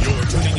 plugged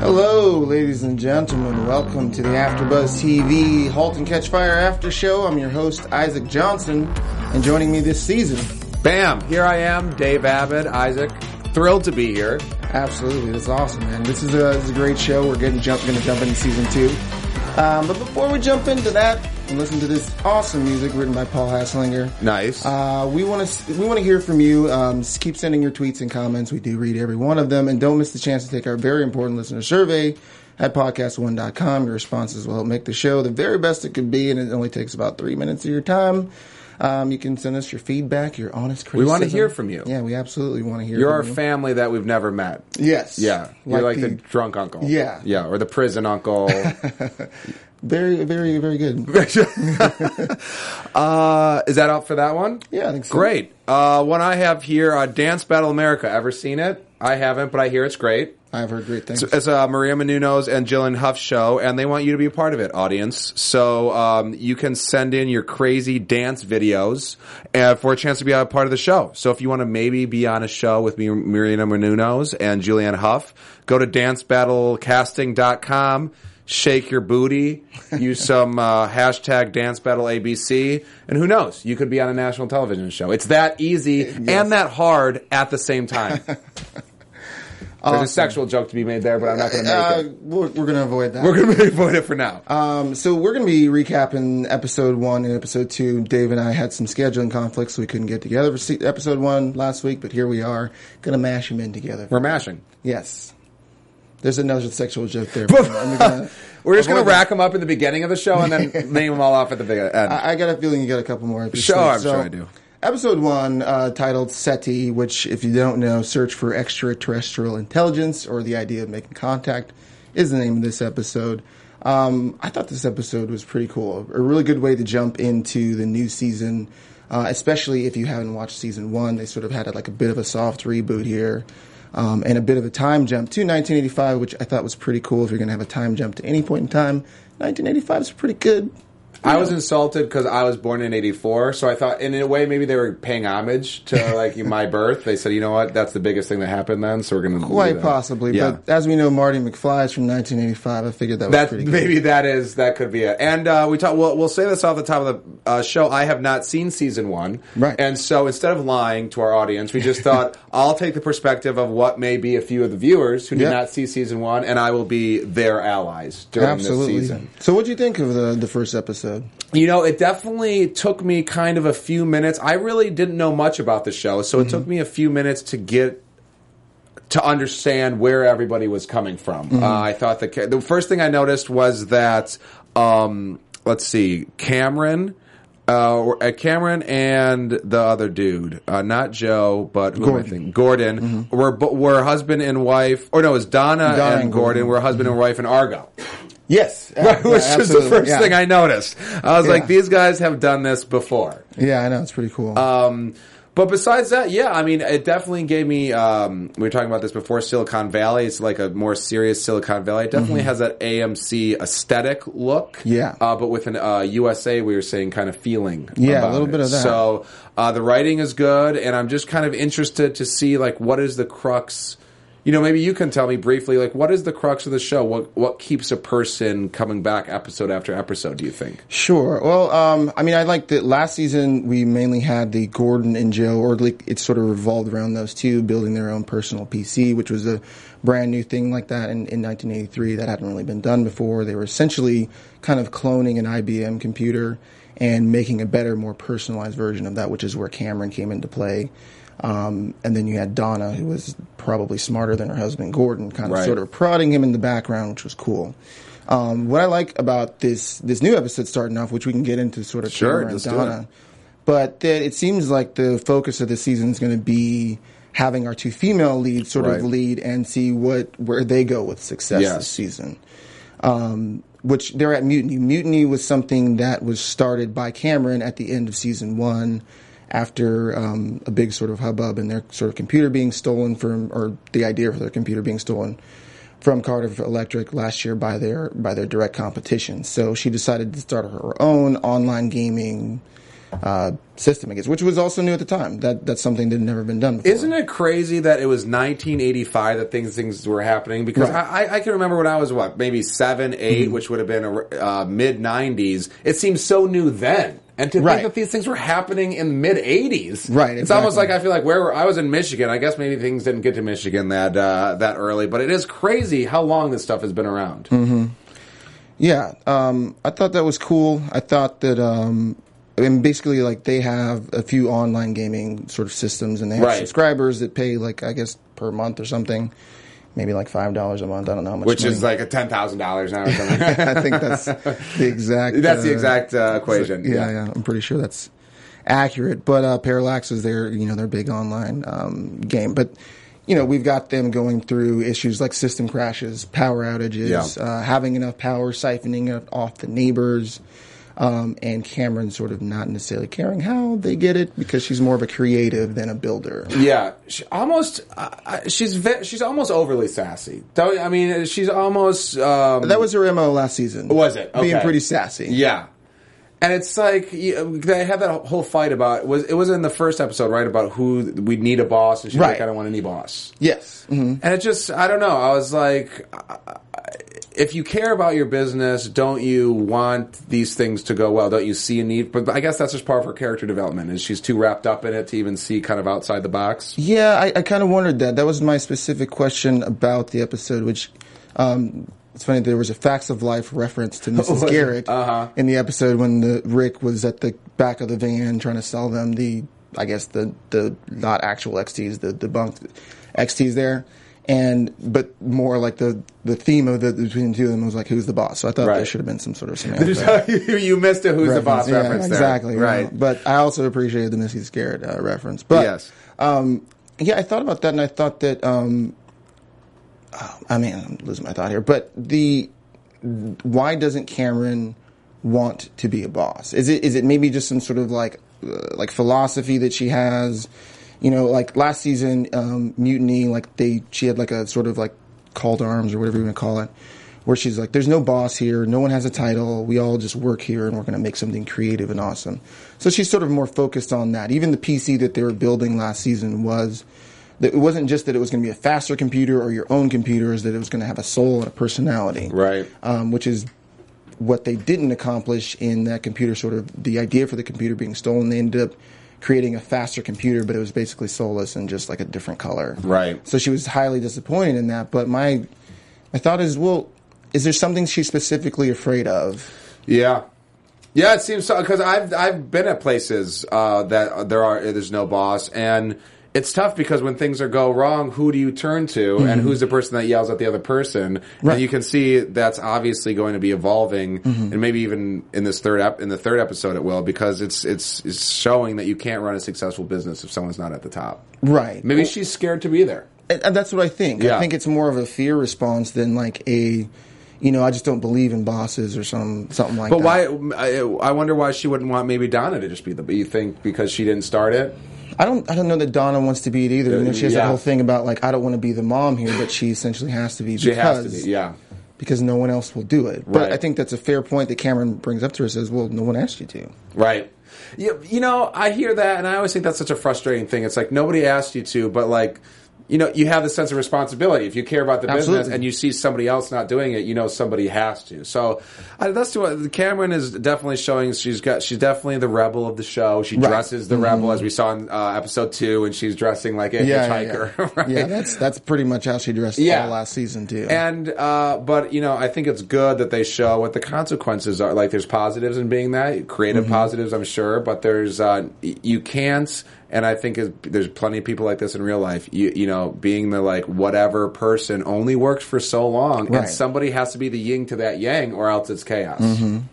Hello, ladies and gentlemen. Welcome to the AfterBuzz TV Halt and Catch Fire After Show. I'm your host Isaac Johnson, and joining me this season, Bam! Here I am, Dave Abbott, Isaac. Thrilled to be here. absolutely, that's awesome, man. This is a this is a great show. We're getting jump going to jump into season two. Um, but before we jump into that and listen to this awesome music written by Paul Hasslinger, Nice. Uh, we want to we want to hear from you. Um, s- keep sending your tweets and comments. We do read every one of them, and don't miss the chance to take our very important listener survey at podcast1.com. Your responses will help make the show the very best it could be, and it only takes about three minutes of your time. Um, you can send us your feedback, your honest criticism. wanna hear from you. Yeah, we absolutely want to hear. You're from our you. family that we've never met. Yes. Yeah. You're like, the, drunk uncle. Yeah. Yeah, or the prison uncle. very, very, very good. uh, is that up for that one? Yeah, I think so. Great. Uh, one I have here, uh, Dance Battle America. Ever seen it? I haven't, but I hear it's great. I've heard great things. It's, it's uh, Maria Menounos and Jillian Huff show, and they want you to be a part of it, audience. So um, you can send in your crazy dance videos uh, for a chance to be a part of the show. So if you want to maybe be on a show with me, Maria Menounos and Jillian Huff, go to dancebattlecasting.com. Shake your booty, use some uh, hashtag dance battle ABC, and who knows, you could be on a national television show. It's that easy and that hard at the same time. There's a sexual joke to be made there, but I'm not going to make Uh, it. we're we're going to avoid that. We're going to avoid it for now. Um, so we're going to be recapping episode one and episode two. Dave and I had some scheduling conflicts, so we couldn't get together for se- episode one last week, but here we are, going to mash them in together. We're mashing. yes. There's another sexual joke there. but I'm gonna- We're just going Avoid to rack them up in the beginning of the show and then name them all off at the big end. I, I got a feeling you got a couple more episodes. Sure, I'm sure I do. Episode one, uh, titled SETI, which, if you don't know, search for extraterrestrial intelligence or the idea of making contact, is the name of this episode. Um, I thought this episode was pretty cool. A really good way to jump into the new season, uh, especially if you haven't watched season one. They sort of had like a bit of a soft reboot here. Um, and a bit of a time jump to 1985, which I thought was pretty cool. If you're going to have a time jump to any point in time, 1985 is pretty good. I was insulted because I was born in 84, so I thought, in a way, maybe they were paying homage to like my birth. They said, you know what, that's the biggest thing that happened then, so we're going to Quite possibly, but as we know, Marty McFly is from 1985. I figured that was That pretty good. maybe that is that could be it. And uh, we talk. We'll, we'll say this off the top of the uh, show. I have not seen season one, Right. And so instead of lying to our audience, we just thought I'll take the perspective of what may be a few of the viewers who did Yeah. not see season one, and I will be their allies during this Absolutely. season. So, what do you think of the the first episode? You know, it definitely took me kind of a few minutes. I really didn't know much about the show, so it took Mm-hmm. me a few minutes to get to understand where everybody was coming from. Mm-hmm. Uh, I thought the ca- the first thing I noticed was that um, let's see, Cameron. Uh, or- uh, Cameron and the other dude, uh, not Joe, but who Am I Gordon. Mm-hmm. thinking? Gordon, were bo- were husband and wife, or no, it was Donna, Donna and, and Gordon, Gordon. Mm-hmm. were husband and wife in Argo. Yes, Right, which is the first thing I noticed. I was like, Yeah. these guys have done this before. Yeah, I know it's pretty cool. Um, but besides that, yeah, I mean, it definitely gave me. Um, we were talking about this before. Silicon Valley, it's like a more serious Silicon Valley. It definitely has that AMC aesthetic look. Mm-hmm. Yeah. uh, but with an uh, USA, we were saying kind of feeling. Yeah, a about little it. bit of that. So uh, the writing is good, and I'm just kind of interested to see like what is the crux. You know, maybe you can tell me briefly, like what is the crux of the show? What what keeps a person coming back episode after episode? Do you think? Sure. Well, um, I mean, I like that last season we mainly had the Gordon and Joe, or like it sort of revolved around those two building their own personal PC, which was a brand new thing like that in, in 1983 that hadn't really been done before. They were essentially kind of cloning an IBM computer and making a better, more personalized version of that, which is where Cameron came into play. Um, and then you had Donna, who was probably smarter than her husband Gordon, kind of Right. sort of prodding him in the background, which was cool. Um, what I like about this this new episode starting off, which we can get into sort of Sure, Tamara and let's do it. Donna, but that it seems like the focus of the season is going to be having our two female leads sort Right. of lead and see what where they go with success Yes. this season. Um, which they're at mutiny. Mutiny was something that was started by Cameron at the end of season one, after um, a big sort of hubbub and their sort of computer being stolen from, or the idea for their computer being stolen from Cardiff Electric last year by their by their direct competition. So she decided to start her own online gaming uh, system, I guess, which was also new at the time. That that's something that had never been done. Before. Isn't it crazy that it was 1985 that things things were happening? Because I I, I can remember when I was what maybe seven, eight, Mm-hmm. which would have been uh, mid 90s. It seemed so new then, and to Right. think that these things were happening in mid 80s. Right, It's almost like exactly. I feel like where I was in Michigan. I guess maybe things didn't get to Michigan that uh, that early, but it is crazy how long this stuff has been around. Mm-hmm. Yeah, um, I thought that was cool. I thought that, um, I mean, basically, like they have a few online gaming sort of systems, and they have Right. subscribers that pay like I guess per month or something, maybe like five dollars a month. I don't know how much. Which money. is like a ten thousand dollars now or something. I think that's the exact. That's the uh, exact uh, equation. yeah, yeah, I'm pretty sure that's accurate. But uh, Parallax is their, you know, their big online um, game. But you know, we've got them going through issues like system crashes, power outages, Yeah. uh, having enough power, siphoning it off the neighbors. Um, and Cameron sort of not necessarily caring how they get it because she's more of a creative than a builder. Yeah, she almost. Uh, uh, she's ve- she's almost overly sassy. Don't- I mean, she's almost. Um, That was her mo last season. Was it? being Okay. pretty sassy? yeah, and it's like yeah, they had that whole fight about was it was in the first episode, right? About who we need a boss, and she's like, Right. I don't want any boss. Yes. hmm And it just, I don't know. I was like, I- I- if you care about your business, don't you want these things to go well? Don't you see a need? But I guess that's just part of her character development, is she's too wrapped up in it to even see kind of outside the box. Yeah, I, I kind of wondered that. That was my specific question about the episode, which um, it's funny there was a facts of life reference to Mrs. Garrett Uh-huh. in the episode when the Rick was at the back of the van trying to sell them the, I guess the the not actual XTs, the debunked XTs there. And but more like the the theme of the between the two of them was like who's the boss. So I thought there Right. should have been some sort of semantic you missed a who's the boss yeah, reference there. Exactly. Right. But I also appreciated the Mrs. Garrett uh, reference. But Yes. um, yeah, I thought about that, and I thought that. Um, oh, I mean, I'm losing my thought here, but the why doesn't Cameron want to be a boss? Is it is it maybe just some sort of like uh, like philosophy that she has? You know, like last season, um, mutiny. Like they, she had like a sort of like call to arms or whatever you want to call it, where she's like, "There's no boss here. No one has a title. We all just work here, and we're going to make something creative and awesome." So she's sort of more focused on that. Even the PC that they were building last season was that it wasn't just that it was going to be a faster computer or your own computer, is that it was going to have a soul and a personality, Right. Um, which is what they didn't accomplish in that computer. Sort of the idea for the computer being stolen, they ended up creating a faster computer, but it was basically soulless and just like a different color, Right. So she was highly disappointed in that. But my my thought is, well, is there something she's specifically afraid of? Yeah. Yeah, it seems so because I've I've been at places uh, that there are there's no boss and it's tough because when things are go wrong, who do you turn to Mm-hmm. and who's the person that yells at the other person? And you can see that's obviously going to be evolving Mm-hmm. and maybe even in this third ep- in the third episode it will because it's, it's it's showing that you can't run a successful business if someone's not at the top. Right. Maybe she's scared to be there. And, and that's what I think. Yeah. I think it's more of a fear response than like a, you know, I just don't believe in bosses or some something like But that. why? I, I wonder why she wouldn't want maybe Donna to just be the. But you think because she didn't start it? I don't. I don't know that Donna wants to be it either. You know, she has Yeah. that whole thing about like I don't want to be the mom here, but she essentially has to be She because has to be. Yeah. because no one else will do it. But Right. I think that's a fair point that Cameron brings up to her. Says, well, no one asked you to. Right. You, you know, I hear that, and I always think that's such a frustrating thing. It's like nobody asked you to, but like, you know, you have the sense of responsibility. If you care about the business Absolutely. and you see somebody else not doing it, you know somebody has to. So I, that's what Cameron is definitely showing. She's got, she's definitely the rebel of the show. She dresses the rebel, as we saw in uh, episode two, and she's dressing like a Mm-hmm. Yeah, yeah, hitchhiker. yeah. right? Yeah, that's that's pretty much how she dressed Yeah. all last season too. And uh, but you know, I think it's good that they show what the consequences are. Like, there's positives in being that creative positives, I'm sure, but there's uh, y- you can't And I think is, there's plenty of people like this in real life. You, you know, being the like whatever person only works for so long, Right. and somebody has to be the yin to that yang, or else it's chaos. You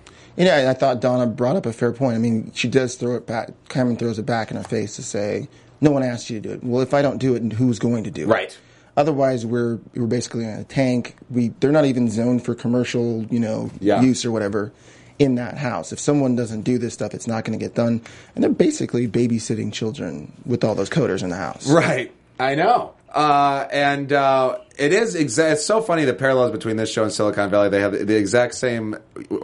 know, and I thought Donna brought up a fair point. I mean, she does throw it back. Cameron throws it back in her face to say, "No one asked you to do it." Well, if I don't do it, who's going to do it? Right. Otherwise, we're we're basically in a tank. We they're not even zoned for commercial, you know, Yeah. use or whatever in that house. If someone doesn't do this stuff, it's not going to get done. And they're basically babysitting children with all those coders in the house. Right. I know. Uh, and uh, it is exa- it's so funny the parallels between this show and Silicon Valley. They have the exact same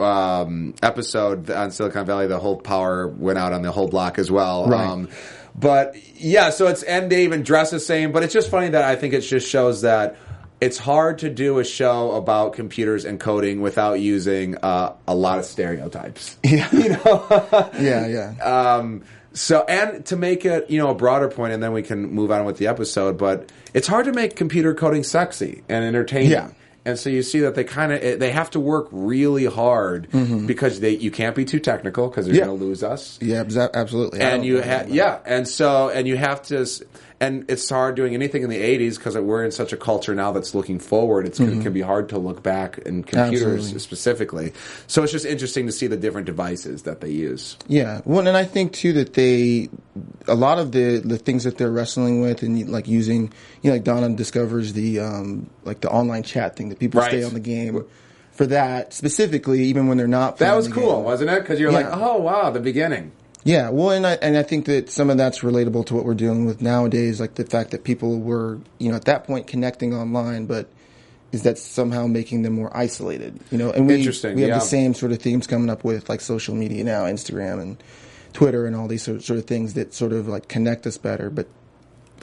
um, episode on Silicon Valley. The whole power went out on the whole block as well. Right. Um, but yeah, so it's and they even dress the same. But it's just funny that I think it just shows that it's hard to do a show about computers and coding without using uh, a lot of stereotypes. Yeah. You know. Yeah, yeah. Um, so, and to make it, you know, a broader point, and then we can move on with the episode. But it's hard to make computer coding sexy and entertaining. Yeah. And so you see that they kind of they have to work really hard because they you can't be too technical because they're Mm-hmm. Yeah. going to lose us. yeah, abso- absolutely. I And don't you know ha- about yeah, and so and you have to, s- and it's hard doing anything in the '80s because we're in such a culture now that's looking forward. It's gonna it can be hard to look back in computers Mm-hmm. Absolutely. specifically. So it's just interesting to see the different devices that they use. Yeah. Well, and I think too that they, a lot of the the things that they're wrestling with and like using, you know, like Donna discovers the um like the online chat thing that people Right. stay on the game for that specifically, even when they're not. That playing was the cool, game. wasn't it? Because you're like, Yeah. oh wow, the beginning. Yeah. Well, and I and I think that some of that's relatable to what we're dealing with nowadays, like the fact that people were, you know, at that point connecting online, but. Is that somehow making them more isolated? You know, and we Interesting, we have yeah. the same sort of themes coming up with like social media now, Instagram and Twitter and all these sort sort of things that sort of like connect us better, but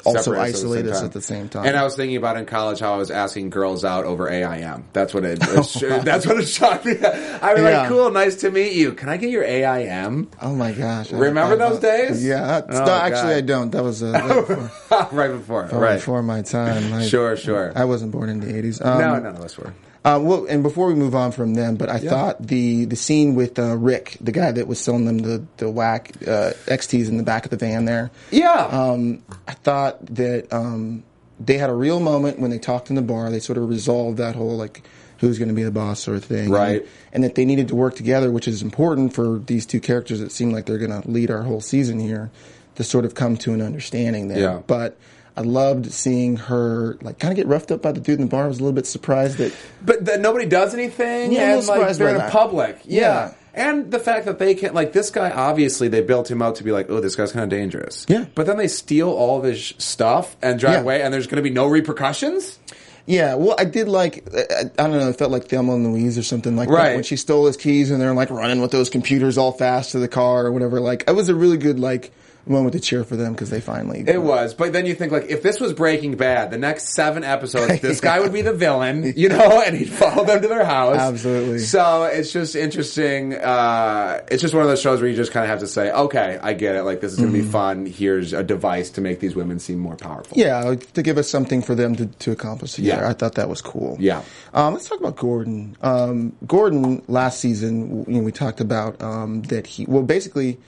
also Separate isolate us at the same time. And I was thinking about in college how I was asking girls out over AIM. That's what it. It's, that's what it shocked me. I was Yeah. like, cool, nice to meet you. Can I get your AIM? oh my gosh! I- Remember I- those days? Yeah, it's Oh, not- actually God. I don't. That was uh, way before, right before, right? before my time. I, Sure, sure. I wasn't born in the eighties. Um, no, none of us were. Uh, well, and before we move on from them, but I thought the the scene with uh, Rick, the guy that was selling them the the whack uh, XTs in the back of the van there. Yeah. Um, I thought that um, they had a real moment when they talked in the bar. They sort of resolved that whole like who's going to be the boss sort of thing, Right. And, and that they needed to work together, which is important for these two characters that seem like they're going to lead our whole season here to sort of come to an understanding there. Yeah. But I loved seeing her like kind of get roughed up by the dude in the bar. I was a little bit surprised that. but that nobody does anything, Yeah, I'm a little and like surprised they're by in that. public. Yeah. Yeah. And the fact that they can like this guy, obviously they built him out to be like, oh, this guy's kind of dangerous. Yeah. But then they steal all of his sh- stuff and drive Yeah. away, and there's going to be no repercussions. Yeah, well, I did like I, I I don't know, it felt like Thelma and Louise or something like Right. that when she stole his keys and they're like running with those computers all fast to the car or whatever. Like, it was a really good like moment to cheer for them because they finally It was, but then you think like if this was Breaking Bad, the next seven episodes, this guy would be the villain, you know, and he'd follow them to their house. Absolutely. So it's just interesting. Uh, it's just one of those shows where you just kind of have to say, okay, I get it. Like this is going to be fun. Here's a device to make these women seem more powerful. Mm-hmm. Yeah, like, to give us something for them to, to accomplish together. Yeah. I thought that was cool. Yeah. Um, let's talk about Gordon. Um, Gordon last season, you know, we talked about um, that he well basically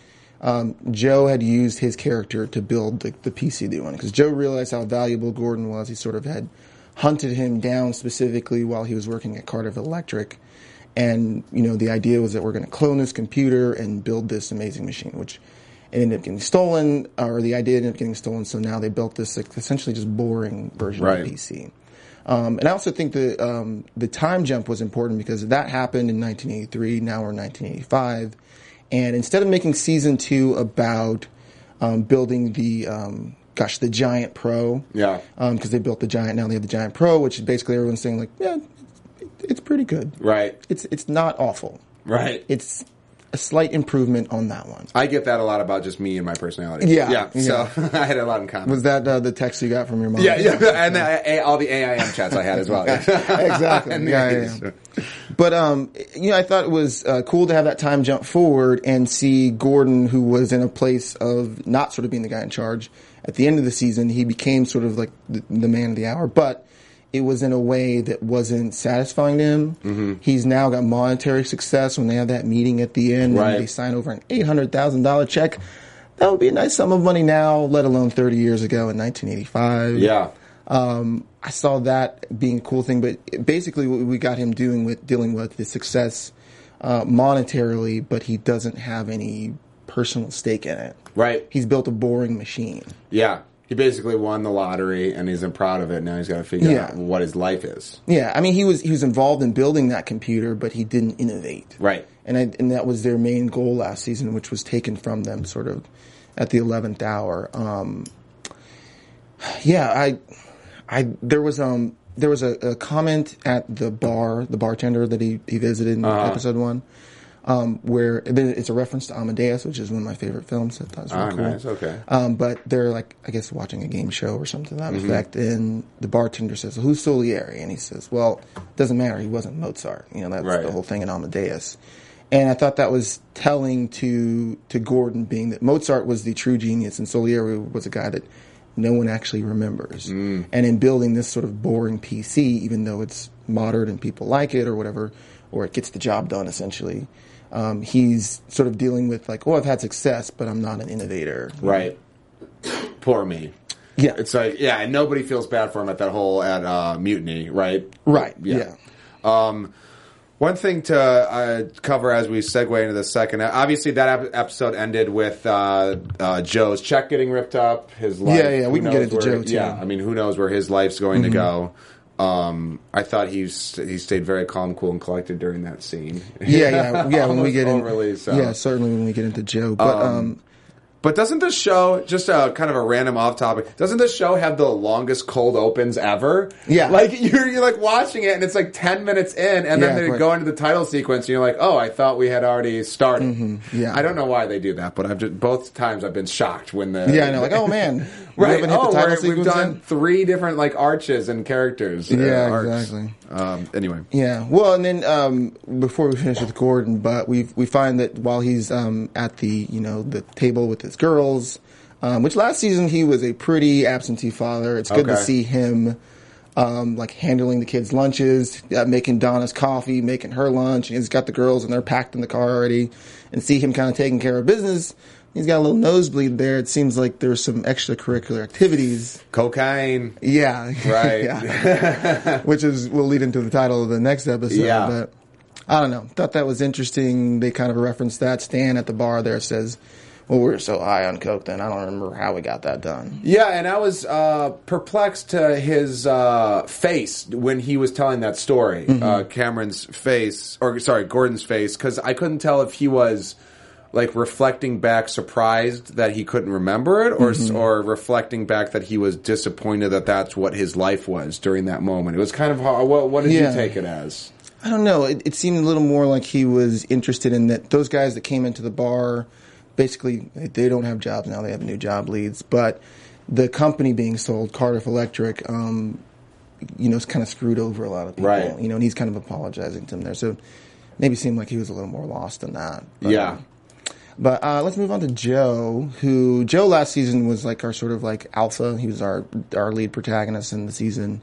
um, Joe had used his character to build the, the PC they wanted because Joe realized how valuable Gordon was. He sort of had hunted him down specifically while he was working at Cardiff Electric. And you know the idea was that we're going to clone this computer and build this amazing machine, which it ended up getting stolen, or the idea ended up getting stolen. So now they built this like, essentially just boring version Right. of PC. Um, and I also think the um, the time jump was important because that happened in 1983. Now we're in 1985, and instead of making season two about um, building the um, gosh the giant pro, Yeah. because they built the giant now they have the giant pro, which is basically everyone's saying like yeah, it's- it's pretty good. Right. It's it's not awful. Right. It's a slight improvement on that one. I get that a lot about just me and my personality. Yeah. Yeah. So I had a lot in common. Was that uh, the text you got from your mom? yeah, yeah, and the, all the AIM chats I had as well. exactly. And the Yeah, yeah, yeah. But um, you know, I thought it was uh, cool to have that time jump forward and see Gordon, who was in a place of not sort of being the guy in charge. At the end of the season, he became sort of like the, the man of the hour, but it was in a way that wasn't satisfying to him. He's now got monetary success when they have that meeting at the end Right. and they sign over an eight hundred thousand dollar check. that would be a nice sum of money now, let alone 30 years ago in 1985. Yeah. Um, I saw that being a cool thing, but basically what we got him doing with dealing with is success uh, monetarily, but he doesn't have any personal stake in it. Right. He's built a boring machine. Yeah. He basically won the lottery and he's proud of it. Now he's got to figure Yeah. out what his life is. Yeah, I mean he was he was involved in building that computer, but he didn't innovate. Right. and I, and that was their main goal last season, which was taken from them sort of at the eleventh hour. Um, yeah, I, I there was um there was a, a comment at the bar, the bartender that he he visited in episode one, um, where and then it's a reference to Amadeus, which is one of my favorite films. I thought it was really Oh, cool. nice. Okay. Um, but they're like, I guess, watching a game show or something to that effect. And the bartender says, "Who's Solieri?" And he says, "Well, doesn't matter. He wasn't Mozart. You know, that's Right. the whole thing in Amadeus." And I thought that was telling to to Gordon, being that Mozart was the true genius, and Solieri was a guy that no one actually remembers. And in building this sort of boring PC, even though it's modern and people like it or whatever, or it gets the job done essentially. Um, he's sort of dealing with like, oh, I've had success, but I'm not an innovator. Right. Poor me. Yeah. It's like, yeah, and nobody feels bad for him at that whole at uh, mutiny, right? right. Yeah. Yeah. Um, one thing to uh, cover as we segue into the second, obviously that ep- episode ended with uh, uh, Joe's check getting ripped up. His life, Yeah, yeah, we who can get knows into where- Joe, too. Yeah, I mean, who knows where his life's going to go? Um, I thought he st- he stayed very calm, cool, and collected during that scene. Yeah. Yeah. Yeah. when we Almost get in, overly so. yeah, certainly when we get into Joe, but um, But doesn't this show just a kind of a random off topic? Doesn't this show have the longest cold opens ever? Yeah. like you're you're like watching it and it's like ten minutes in, and then Yeah, they right. go into the title sequence, and you're like, oh, I thought we had already started. Mm-hmm. yeah. I don't know why they do that, but I've just both times I've been shocked when the yeah, I know, like, oh man, we right haven't hit oh the title we're- we've sequence done yet? three different like arches and characters uh, Yeah, arcs. exactly. um, anyway Yeah. Well, and then um, before we finish with Gordon, but we we find that while he's um, at the you know the table with his girls, um, which last season he was a pretty absentee father. It's good to Okay. see him. Um, like handling the kids' lunches, uh, making Donna's coffee, making her lunch, and he's got the girls and they're packed in the car already, and see him kind of taking care of business. He's got a little nosebleed there. It seems like there's some extracurricular activities. cocaine Yeah, Right. Which is will lead into the title of the next episode. Yeah. But I don't know. Thought that was interesting. They kind of referenced that. Stan at the bar there says, "Well, we were so high on coke then I don't remember how we got that done." Yeah, and I was uh, perplexed to his uh, face when he was telling that story. Mm-hmm. Uh, Cameron's face, or sorry, Gordon's face, because I couldn't tell if he was like reflecting back, surprised that he couldn't remember it, or s Mm-hmm. or reflecting back that he was disappointed that that's what his life was during that moment. It was kind of hard. What, what did Yeah. you take it as? I don't know. It, it seemed a little more like he was interested in that those guys that came into the bar. Basically, they don't have jobs now. They have new job leads, but the company being sold, Cardiff Electric, um, you know, it's kind of screwed over a lot of people. Right. You know, and he's kind of apologizing to him there. So maybe seemed like he was a little more lost than that. But, yeah, But uh, let's move on to Joe, who Joe last season was like our sort of like alpha. He was our our lead protagonist in the season,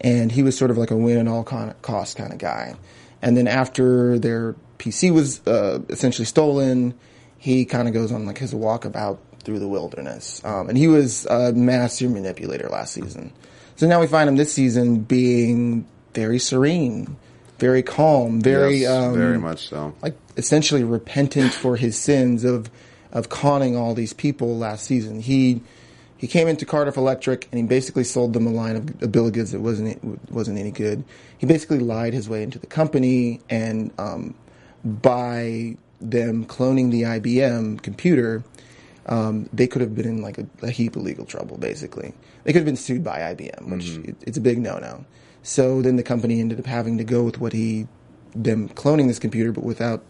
and he was sort of like a win at all con- cost kind of guy. And then after their PC was uh, essentially stolen, he kind of goes on like his walkabout through the wilderness. Um, and he was a master manipulator last season. So now we find him this season being very serene, very calm, very Yes, um, very much so. like essentially repentant for his sins of of conning all these people last season. He he came into Cardiff Electric and he basically sold them a line of, of bill of goods that wasn't wasn't any good. He basically lied his way into the company and um, by them cloning the IBM computer, um, they could have been in like a, a heap of legal trouble. Basically, they could have been sued by IBM, which it, it's a big no-no. So then the company ended up having to go with what he them cloning this computer, but without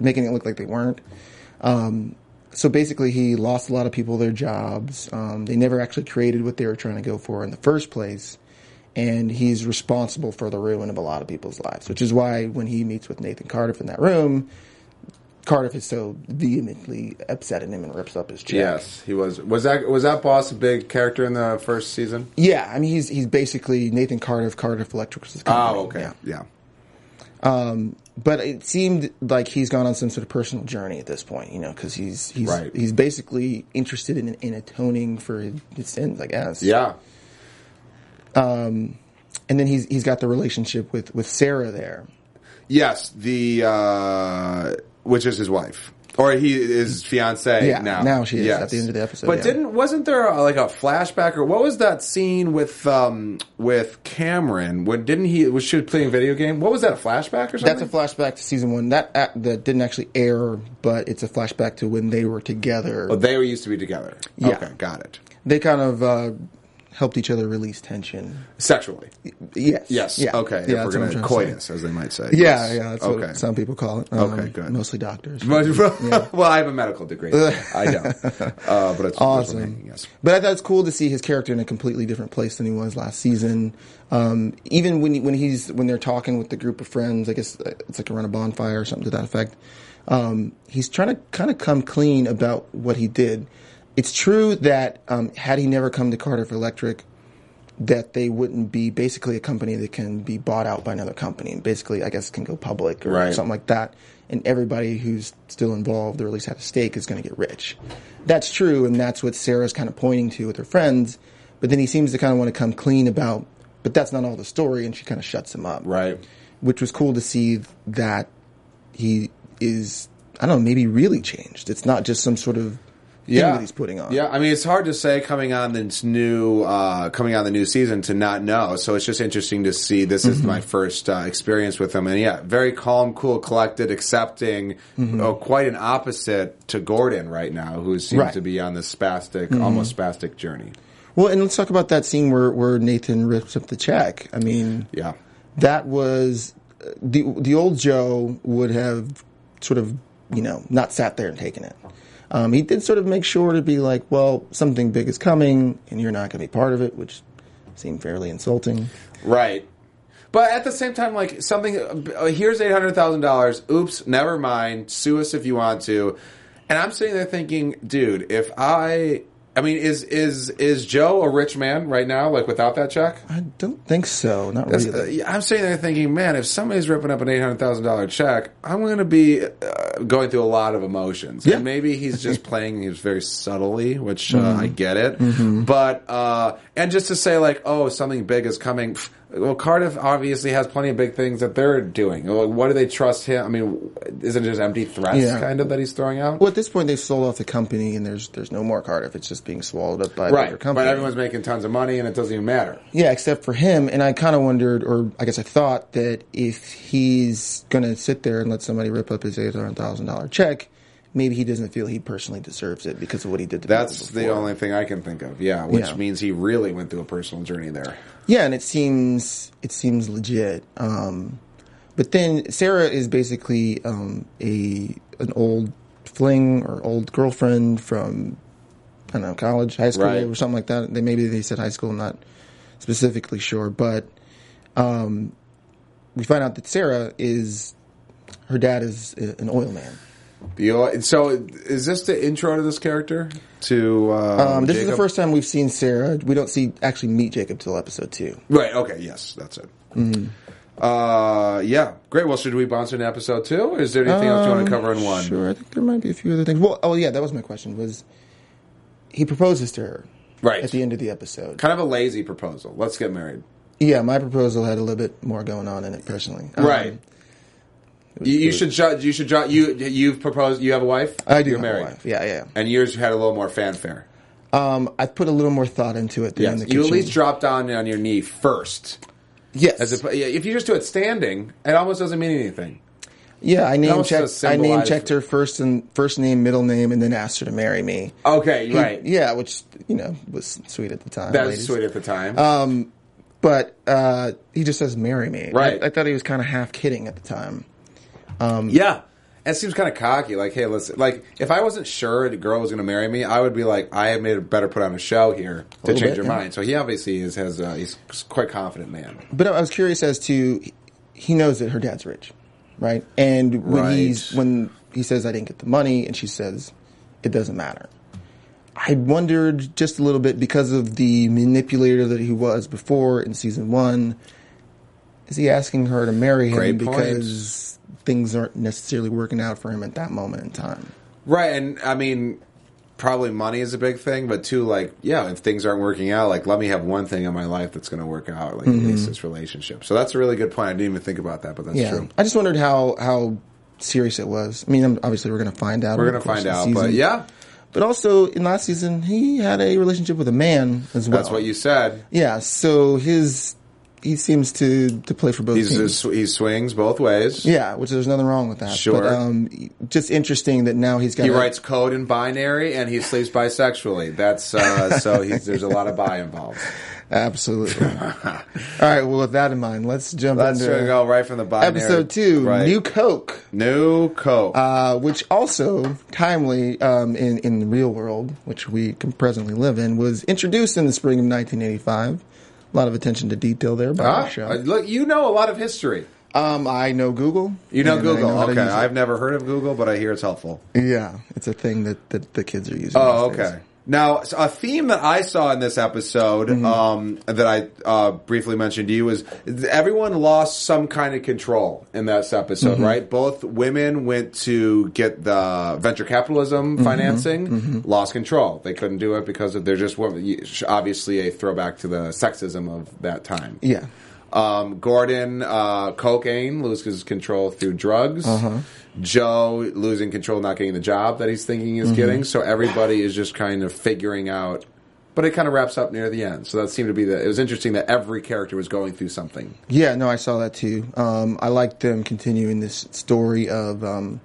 making it look like they weren't. Um, so basically, he lost a lot of people their jobs. Um, they never actually created what they were trying to go for in the first place. And he's responsible for the ruin of a lot of people's lives, which is why when he meets with Nathan Cardiff in that room, Cardiff is so vehemently upset at him and rips up his check. Yes, he was. Was that was that boss a big character in the first season? Yeah, I mean he's he's basically Nathan Cardiff, Cardiff Electric. Oh, okay, yeah. Um, but it seemed like he's gone on some sort of personal journey at this point, you know, because he's he's Right. he's basically interested in, in atoning for his sins, I guess. Yeah. And then he's he's got the relationship with with Sarah there. Yes, the uh, which is his wife, or he is fiance Yeah, now. now she is Yes. at the end of the episode, But yeah. didn't wasn't there uh like a flashback or what was that scene with um, with Cameron? When didn't he was she playing a video game? What was that a flashback or something? That's a flashback to season one. That uh, that didn't actually air, but it's a flashback to when they were together. Oh, they were used to be together. Yeah. Okay, got it. They kind of uh, helped each other release tension. Sexually, Yes. yes. Yeah. Okay, Yeah, if that's we're what I'm gonna trying to coitus, say. as they might say. Yeah, Yes. yeah. That's Okay. what some people call it. Um, Okay, good. Mostly doctors. But- well, I have a medical degree. I don't, uh, but Awesome. it's that's what I'm thinking, yes. But I thought it's cool to see his character in a completely different place than he was last season. Um, even when he, when he's when they're talking with the group of friends, I guess uh, it's like around a bonfire or something to that effect. Um, he's trying to kind of come clean about what he did. It's true that um, had he never come to Cardiff Electric, that they wouldn't be basically a company that can be bought out by another company and basically, I guess, can go public or Right. something like that. And everybody who's still involved or at least had a stake is going to get rich. That's true, and that's what Sarah's kind of pointing to with her friends. But then he seems to kind of want to come clean about, but that's not all the story, and she kind of shuts him up. Right. Which was cool to see that he is, I don't know, maybe really changed. It's not just some sort of thing that he's putting on. Yeah, I mean, it's hard to say coming on this new uh, coming on the new season to not know. So it's just interesting to see. This Mm-hmm. is my first uh, experience with him, and yeah, very calm, cool, collected, accepting. Mm-hmm. Oh, quite an opposite to Gordon right now, who seems Right. Mm-hmm. to be on this spastic, almost spastic journey. Well, and let's talk about that scene where, where Nathan rips up the check. I mean, Yeah, that was the the old Joe would have sort of you know not sat there and taken it. Um, he did sort of make sure to be like, well, something big is coming, and you're not going to be part of it, which seemed fairly insulting. right. But at the same time, like something, uh, here's eight hundred thousand dollars. Oops, never mind. Sue us if you want to. And I'm sitting there thinking, dude, if I, I mean, is is is Joe a rich man right now? Like without that check? I don't think so. Not Uh, really. yeah, I'm sitting there thinking, man, if somebody's ripping up an eight hundred thousand dollar check, I'm going to be uh, going through a lot of emotions. Yeah. Mm-hmm. And maybe he's just playing these very subtly, which uh, I get it. But uh, and just to say like, oh, something big is coming. pff, Well, Cardiff obviously has plenty of big things that they're doing. Well, What do they trust him? I mean, isn't it just empty threats Yeah. kind of that he's throwing out? Well, at this point, they've sold off the company, and there's there's no more Cardiff. It's just being swallowed up by right, another company. but everyone's making tons of money, and it doesn't even matter. Yeah, except for him. And I kind of wondered, or I guess I thought that if he's going to sit there and let somebody rip up his eight hundred thousand dollar check, maybe he doesn't feel he personally deserves it because of what he did. to That's people the before. only thing I can think of. Yeah, which Yeah. means he really went through a personal journey there. Yeah, and it seems it seems legit. Um, but then Sarah is basically um, a an old fling or old girlfriend from I don't know college, high school, Right. or something like that. They maybe they said high school, I'm not specifically sure, but um, we find out that Sarah is her dad is a- an oil man. The oil- so is this the intro to this character? To um, Um, this is the Jacob? first time we've seen Sarah. We don't see actually meet Jacob till episode two. right? Okay, yes, that's it. Mm-hmm. Uh, yeah, great. Well, should we bounce into episode two? Or is there anything else you want to cover in one? Um, Sure, I think there might be a few other things. Well, oh yeah, that was my question. Was he proposes to her Right. at the end of the episode? Kind of a lazy proposal. Let's get married. Yeah, my proposal had a little bit more going on in it personally. Um, right. You, you should judge. You should judge. You you've proposed. You have a wife. I do You're have a married. wife. Yeah, yeah. And yours had a little more fanfare. Um, I put a little more thought into it than in Yes. the kitchen. You at least drop down on your knee first. yes. As a, yeah, if you just do it standing, it almost doesn't mean anything. yeah, I name also checked. I name symbolized- checked her first and first name, middle name, and then asked her to marry me. Okay, right. Yeah, which you know was sweet at the time. that was ladies. sweet at the time. But uh, he just says, "Marry me." Right. I, I thought he was kind of half kidding at the time. Yeah. It seems kind of cocky. Like, hey, listen, like, if I wasn't sure the girl was going to marry me, I would be like, I have made a better put on a show here to little change bit, your yeah. mind. So he obviously is, has, uh, he's quite confident man. But I was curious as to he knows that her dad's rich, right? And when Right. he's when he says I didn't get the money, and she says it doesn't matter. I wondered just a little bit because of the manipulator that he was before in season one. Is he asking her to marry him Great point. because things aren't necessarily working out for him at that moment in time? Right, and I mean, probably money is a big thing, but too, like, yeah, if things aren't working out, like, let me have one thing in my life that's going to work out, like, Mm-hmm. at least this relationship. So that's a really good point. I didn't even think about that, but that's Yeah, true. I just wondered how how serious it was. I mean, I'm- obviously we're gonna find out. We're over going to the course find of the out, season. but yeah, But also in last season, he had a relationship with a man as well. that's what you said. Yeah, so his he seems to to play for both He's, teams. a sw- he swings both ways. yeah, which there's nothing wrong with that. Sure. But, um, just interesting that now he's got. He a- writes code in binary and he sleeps bisexually. That's uh, so he's, there's a lot of bi involved. absolutely. All right. Well, with that in mind, let's jump That's into gonna go right from the binary. episode two, right. New Coke. new code. uh, which also timely um, in in the real world, which we can presently live in, was introduced in the spring of 1985. A lot of attention to detail there by Ah, our show. uh, look, you know a lot of history. um, I know Google. You know and I Google. how to okay, use it. I've never heard of Google, but I hear it's helpful. yeah, it's a thing that, that the kids are using. Oh, these days. okay. Now, so a theme that I saw in this episode um, that I uh, briefly mentioned to you is th- everyone lost some kind of control in this episode, right? Both women went to get the venture capitalism financing, lost control. They couldn't do it because of, they're just women. You- Obviously, a throwback to the sexism of that time. Yeah. Um, Gordon, uh, cocaine, loses control through drugs. Uh-huh. Joe, losing control, not getting the job that he's thinking Mm-hmm. he's getting. So everybody is just kind of figuring out, but it kind of wraps up near the end. So that seemed to be the, it was interesting that every character was going through something. Yeah, no, I saw that too. Um, I like them continuing this story of, um,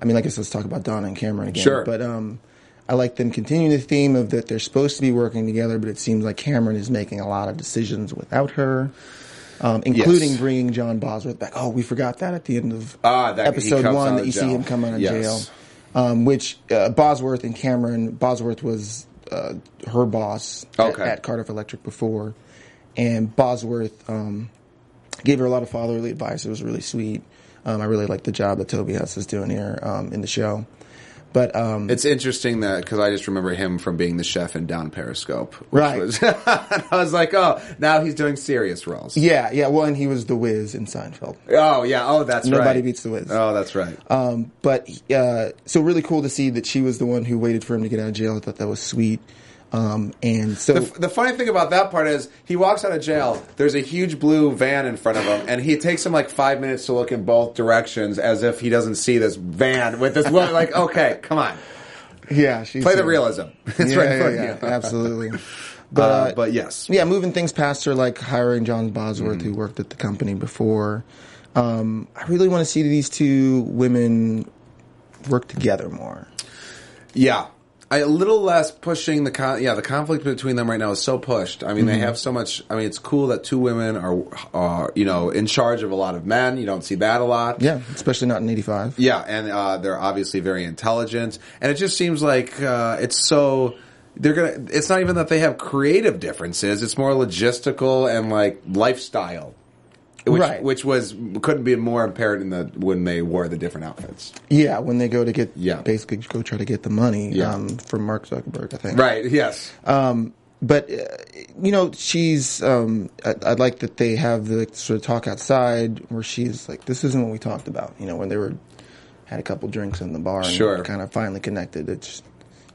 I mean, I guess let's talk about Donna and Cameron again. Sure. But um, I like them continuing the theme of that they're supposed to be working together, but it seems like Cameron is making a lot of decisions without her, um, including bringing John Bosworth back. Oh, we forgot that at the end of Ah, that- he episode comes out one of that you see jail. him come out of Yes. jail. Um, which uh, Bosworth and Cameron, Bosworth was uh, her boss at- Okay. at, Cardiff Electric before, and Bosworth um, gave her a lot of fatherly advice. It was really sweet. Um, I really like the job that Toby Huss is doing here um, in the show. But um, It's interesting that because I just remember him from being the chef in Down Periscope. Which Right. Was, and I was like, oh, now he's doing serious roles. yeah, yeah. Well, and he was the Wiz in Seinfeld. Oh, yeah. Oh, that's right. Nobody beats the Wiz. Oh, that's right. Um, but uh, so really cool to see that she was the one who waited for him to get out of jail. I thought that was sweet. Um, and so The, the funny thing about that part is he walks out of jail. There's a huge blue van in front of him, and he takes him like five minutes to look in both directions as if he doesn't see this van with this woman. like, okay, come on, yeah, she play the realism. It's yeah, right yeah, for yeah, you. absolutely. But, Uh, but Mm-hmm. yes, yeah, moving things past her, like hiring John Bosworth, who worked at the company before. Um, I really want to see these two women work together more. yeah. I, a little less pushing the con- yeah the conflict between them right now is so pushed. I mean Mm-hmm. they have so much. I mean it's cool that two women are are you know in charge of a lot of men. You don't see that a lot. Yeah, especially not in '85. Yeah, and uh, they're obviously very intelligent, and it just seems like uh, it's so they're gonna. It's not even that they have creative differences; it's more logistical and like lifestyle, which Right. which was couldn't be more apparent in the when they wore the different outfits. Yeah, when they go to get, Yeah. basically go try to get the money Yeah. um, from Mark Zuckerberg, I think. Right? Yes. but uh, you know she's um I, I like that they have the sort of talk outside where she's like this isn't what we talked about you know when they were had a couple drinks in the bar and Sure. kind of finally connected it's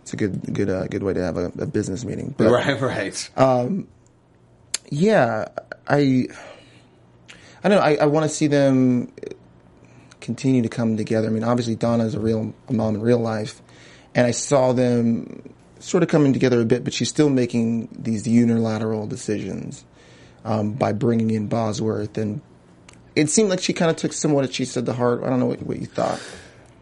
it's a good good uh, good way to have a, a business meeting but right. Right. yeah i i don't know i, I want to see them continue to come together i mean obviously donna is a real a mom in real life and i saw them sort of coming together a bit but she's still making these unilateral decisions um, by bringing in bosworth and it seemed like she kind of took somewhat what she said to heart i don't know what, what you thought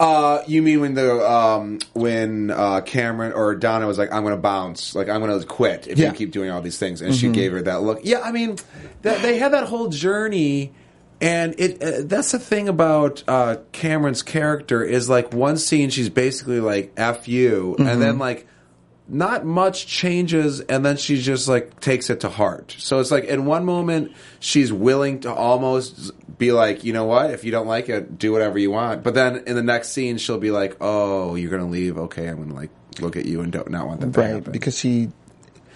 Uh, you mean when the um, when uh, Cameron or Donna was like, "I'm going to bounce, like I'm going to quit if Yeah. you keep doing all these things," and she gave her that look. Yeah, I mean, that, they had that whole journey, and it uh, that's the thing about uh, Cameron's character is like one scene she's basically like "f you," and then like not much changes and then she just like takes it to heart. So it's like in one moment she's willing to almost be like, you know what, if you don't like it, do whatever you want. But then in the next scene she'll be like, Oh, you're gonna leave, okay, I'm gonna like look at you and don't not want that to right happen. because she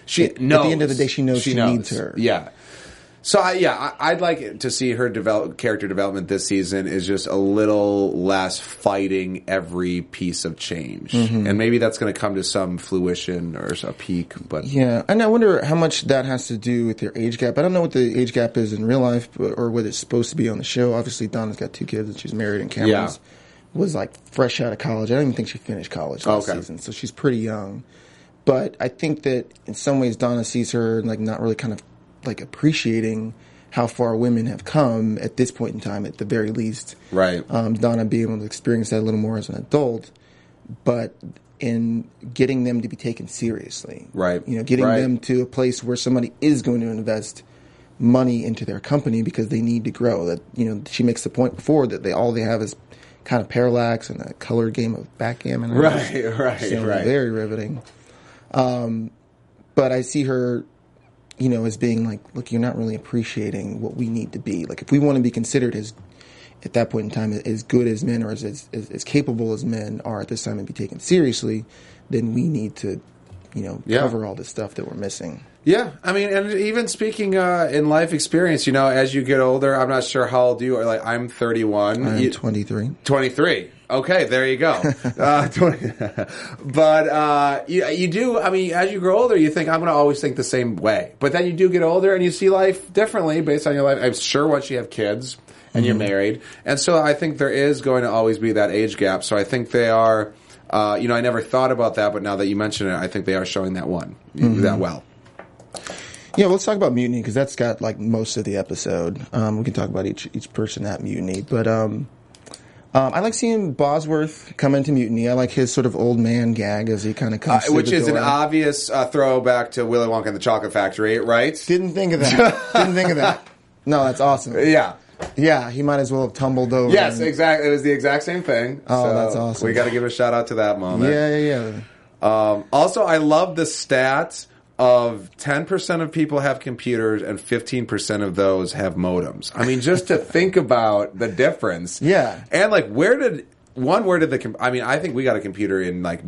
she at the end of the day, she knows she needs her. Yeah. So I, yeah, I, I'd like to see her develop character development this season is just a little less fighting every piece of change, Mm-hmm. and maybe that's going to come to some fruition or a peak. But Yeah, and I wonder how much that has to do with their age gap. I don't know what the age gap is in real life, but, or what it's supposed to be on the show. Obviously, Donna's got two kids, and she's married, and Cameron's was like fresh out of college. I don't even think she finished college last Okay. season, so she's pretty young. But I think that in some ways, Donna sees her like not really kind of like appreciating how far women have come at this point in time, at the very least. Right. Um, Donna being able to experience that a little more as an adult, but in getting them to be taken seriously. Right. You know, getting Right. them to a place where somebody is going to invest money into their company because they need to grow. That you know, she makes the point before that they all they have is kind of parallax and a colored game of backgammon. or Right, right, Sounded right. Very riveting. Um, but I see her, you know, as being like, look, you're not really appreciating what we need to be. Like, if we want to be considered as at that point in time as good as men or as as, as, as capable as men are at this time and be taken seriously, then we need to, you know, Yeah. cover all the stuff that we're missing. Yeah, I mean, and even speaking uh, in life experience, you know, as you get older, I'm not sure how old you are. Like, I'm 31. I'm You- 23. 23. Okay, there you go. Uh, 20. but uh, you, you do, I mean, as you grow older, you think, I'm going to always think the same way. But then you do get older and you see life differently based on your life. I'm sure once you have kids and Mm-hmm. you're married. And so I think there is going to always be that age gap. So I think they are, uh, you know, I never thought about that, but now that you mention it, I think they are showing that one, Mm-hmm. that well. Yeah, well, let's talk about mutiny because that's got like most of the episode. Um, we can talk about each each person at mutiny, but um, um, I like seeing Bosworth come into mutiny. I like his sort of old man gag as he kind of comes, Uh, through which the is an door. obvious uh, throwback to Willy Wonka and the Chocolate Factory, right? Didn't think of that. Didn't think of that. No, that's awesome. yeah. Yeah, he might as well have tumbled over. Yes, and- exactly. It was the exact same thing. Oh, that's awesome. We got to give a shout out to that moment. Yeah, yeah, yeah. Um, also, I love the stats of 10% of people have computers and 15% of those have modems. I mean, just to think about the difference. Yeah. And like, where did, one, where did the, com- I mean, I think we got a computer in like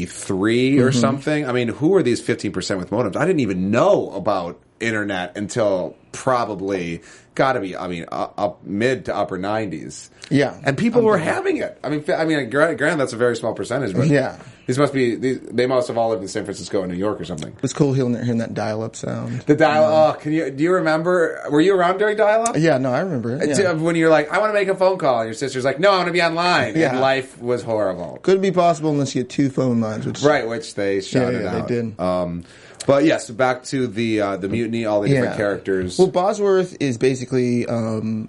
93 Mm-hmm. or something. I mean, who are these 15% with modems? I didn't even know about internet until probably gotta be, I mean, uh, up mid to upper 90s. Yeah. And people were having it. I mean, fa- I mean, granted, granted, that's a very small percentage, but Yeah. these must be these, they must have all lived in San Francisco and New York or something. It was cool hearing, hearing that dial up sound. The dial. Mm-hmm. Oh, can you do you remember? Were you around during dial up? Yeah, no, I remember it. Yeah. When you're like, I want to make a phone call, and your sister's like, No, I want to be online. Yeah. And life was horrible. Could be possible unless you get two phone lines, which Right, which they shouted yeah, they out. did. Um, but yes, back to the uh, the mutiny, all the different characters. Well, Bosworth is basically, um,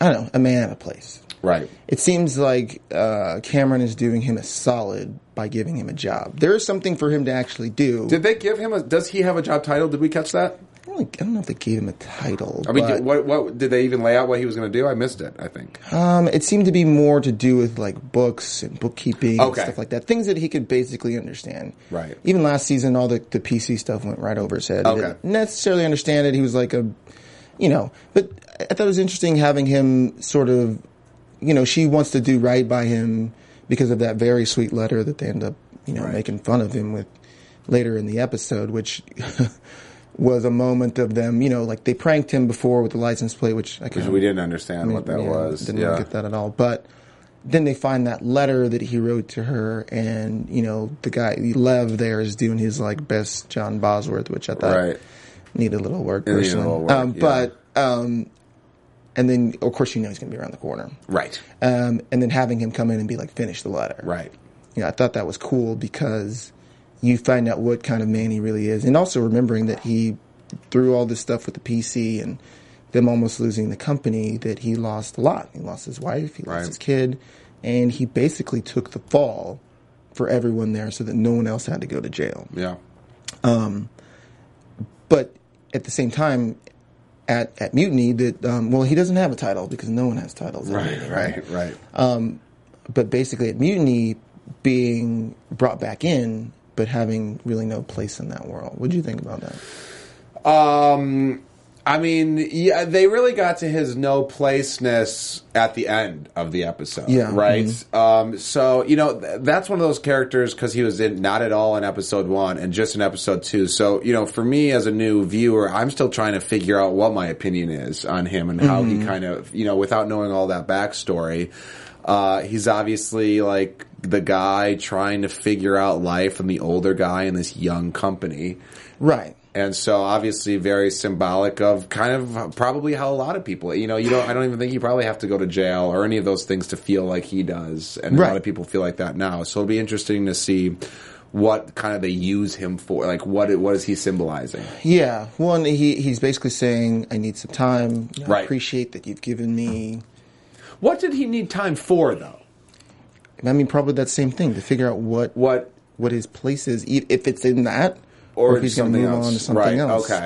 I don't know, a man out of place. right. It seems like uh, Cameron is doing him a solid by giving him a job. There is something for him to actually do. Did they give him a? Does he have a job title? Did we catch that? I, don't, like- I don't know if they gave him a title. I mean, but, what what did they even lay out what he was going to do? I missed it. I think. um, it seemed to be more to do with like books and bookkeeping Okay. and stuff like that. Things that he could basically understand. Right. Even last season, all the, the PC stuff went right over his head. He Okay. didn't necessarily understand it. He was like a, you know, but I I thought it was interesting having him sort of, you know, she wants to do right by him because of that very sweet letter that they end up, you know, making fun of him with later in the episode, which was a moment of them, you know, like they pranked him before with the license plate, which I can't We didn't understand what that yeah, was. Didn't yeah. look at that at all. But then they find that letter that he wrote to her, and you know the guy Lev there is doing his like best John Bosworth, which I thought Right. needed a little work needed a personally. little work, um, yeah. But um, and then of course you know he's going to be around the corner, Right. um, and then having him come in and be like finish the letter, Right. You know I thought that was cool because you find out what kind of man he really is, and also remembering that he through all this stuff with the PC and them almost losing the company that he lost a lot. He lost his wife, he Right. lost his kid, and he basically took the fall for everyone there so that no one else had to go to jail Yeah. but at the same time, at, at Mutiny, that um, well, he doesn't have a title because no one has titles. at Mutiny, Right. Right. But basically, at Mutiny, being brought back in, but having really no place in that world. What do you think about that? Um, I mean, yeah, they really got to his no placeness at the end of the episode, Yeah. right? Um, so you know th- that's one of those characters because he was in not at all in episode one and just in episode two. So you know, for me as a new viewer, I'm still trying to figure out what my opinion is on him and how he kind of you know without knowing all that backstory. Uh, he's obviously like the guy trying to figure out life and the older guy in this young company. Right. And so obviously very symbolic of kind of probably how a lot of people, you know, you don't, I don't even think you probably have to go to jail or any of those things to feel like he does. And a lot Right. of people feel like that now. So it'll be interesting to see what kind of they use him for. Like what, what is he symbolizing? Yeah. One, he, he's basically saying, I need some time. I Right. appreciate that you've given me. What did he need time for though? I mean, probably that same thing to figure out what What? what his place is, e- if it's in that, Or, if he's gonna something move else. on to something right. else. Um,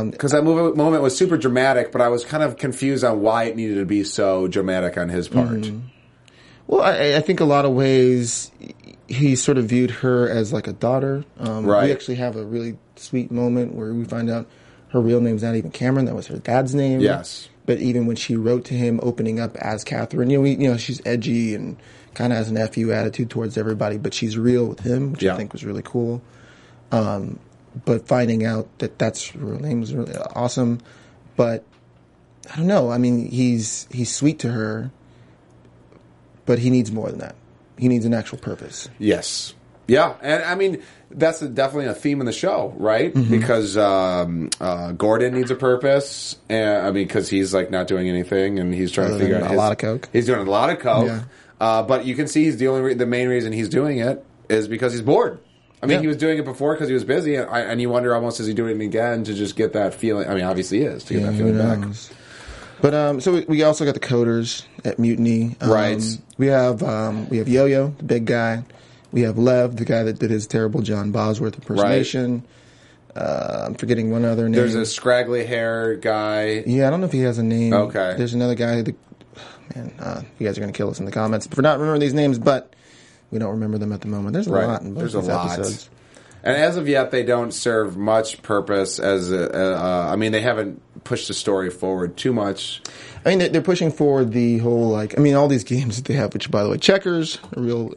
Okay. Because that move- moment was super dramatic, but I was kind of confused on why it needed to be so dramatic on his part. Mm-hmm. Well, I, I think a lot of ways he sort of viewed her as like a daughter. Um, Right. We actually have a really sweet moment where we find out her real name's not even Cameron; that was her dad's name. Yes. But even when she wrote to him, opening up as Catherine, you know, we, you know, she's edgy and kind of has an "fu" attitude towards everybody, but she's real with him, which Yeah. I think was really cool. Um, but finding out that that's her real name was really awesome. But I don't know. I mean, he's he's sweet to her but he needs more than that. He needs an actual purpose. Yes. Yeah, and I mean that's a, definitely a theme in the show, right? Mm-hmm. Because um, uh, Gordon needs a purpose, and I mean because he's like not doing anything, and he's trying Other to figure than out a his- lot of coke. He's doing a lot of coke, Yeah. uh, but you can see he's the only re- the main reason he's doing it is because he's bored. I mean, Yeah. he was doing it before because he was busy, and, I, and you wonder almost is he doing it again to just get that feeling? I mean, obviously he is to get that Who feeling back. knows? But um, so we, we also got the coders at Mutiny. Um, Right. We have um, we have Yo Yo, the big guy. We have Lev, the guy that did his terrible John Bosworth impersonation. Uh, I'm forgetting one other name. There's a scraggly hair guy. yeah, I don't know if he has a name. Okay. There's another guy. That, man, uh, you guys are gonna kill us in the comments for not remembering these names, but we don't remember them at the moment. There's a lot in both There's a these lot. episodes. And as of yet, they don't serve much purpose. As a, a, uh, I mean, they haven't pushed the story forward too much. I mean, they're, they're pushing forward the whole like. I mean, all these games that they have, which by the way, checkers, a real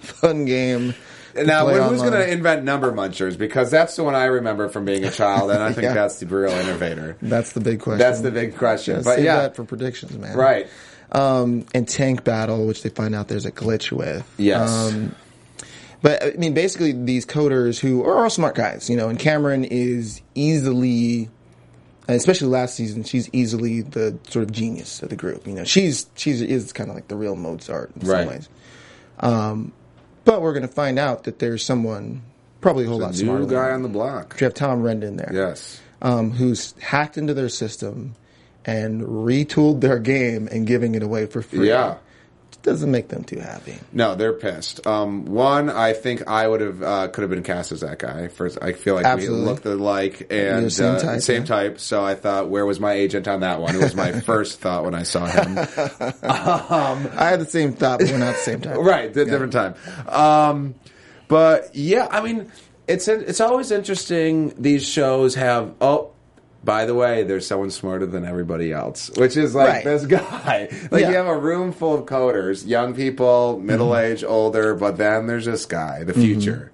fun game. to Now, play who's online. going to invent number munchers? Because that's the one I remember from being a child, and I think Yeah. that's the real innovator. That's the big question. That's the big question. Yeah, but save yeah, that for predictions, man. right. Um, and tank battle, which they find out there's a glitch with. Yes. Um, but I mean, basically, these coders who are all smart guys, you know. And Cameron is easily, and especially last season, she's easily the sort of genius of the group. You know, she's she's is kind of like the real Mozart in Right. some ways. Um, But we're going to find out that there's someone probably a whole lot smarter. New than guy them. on the block. You have Tom Rendon there, Yes. um, who's hacked into their system and retooled their game and giving it away for free. Yeah. Which doesn't make them too happy. No, they're pissed. Um, one, I think I would have uh, could have been cast as that guy. First, I feel like Absolutely. we looked alike and You're same uh, type, same yeah. type. So I thought, where was my agent on that one? It was my first thought when I saw him. I had the same thought, but we're not the same type. right, di- different time. Um, but yeah, I mean, it's it's always interesting. These shows have oh. By the way, there's someone smarter than everybody else, which is like Right. this guy. Like Yeah. Mm-hmm. you have a room full of coders, young people, middle aged, older, but then there's this guy, the future.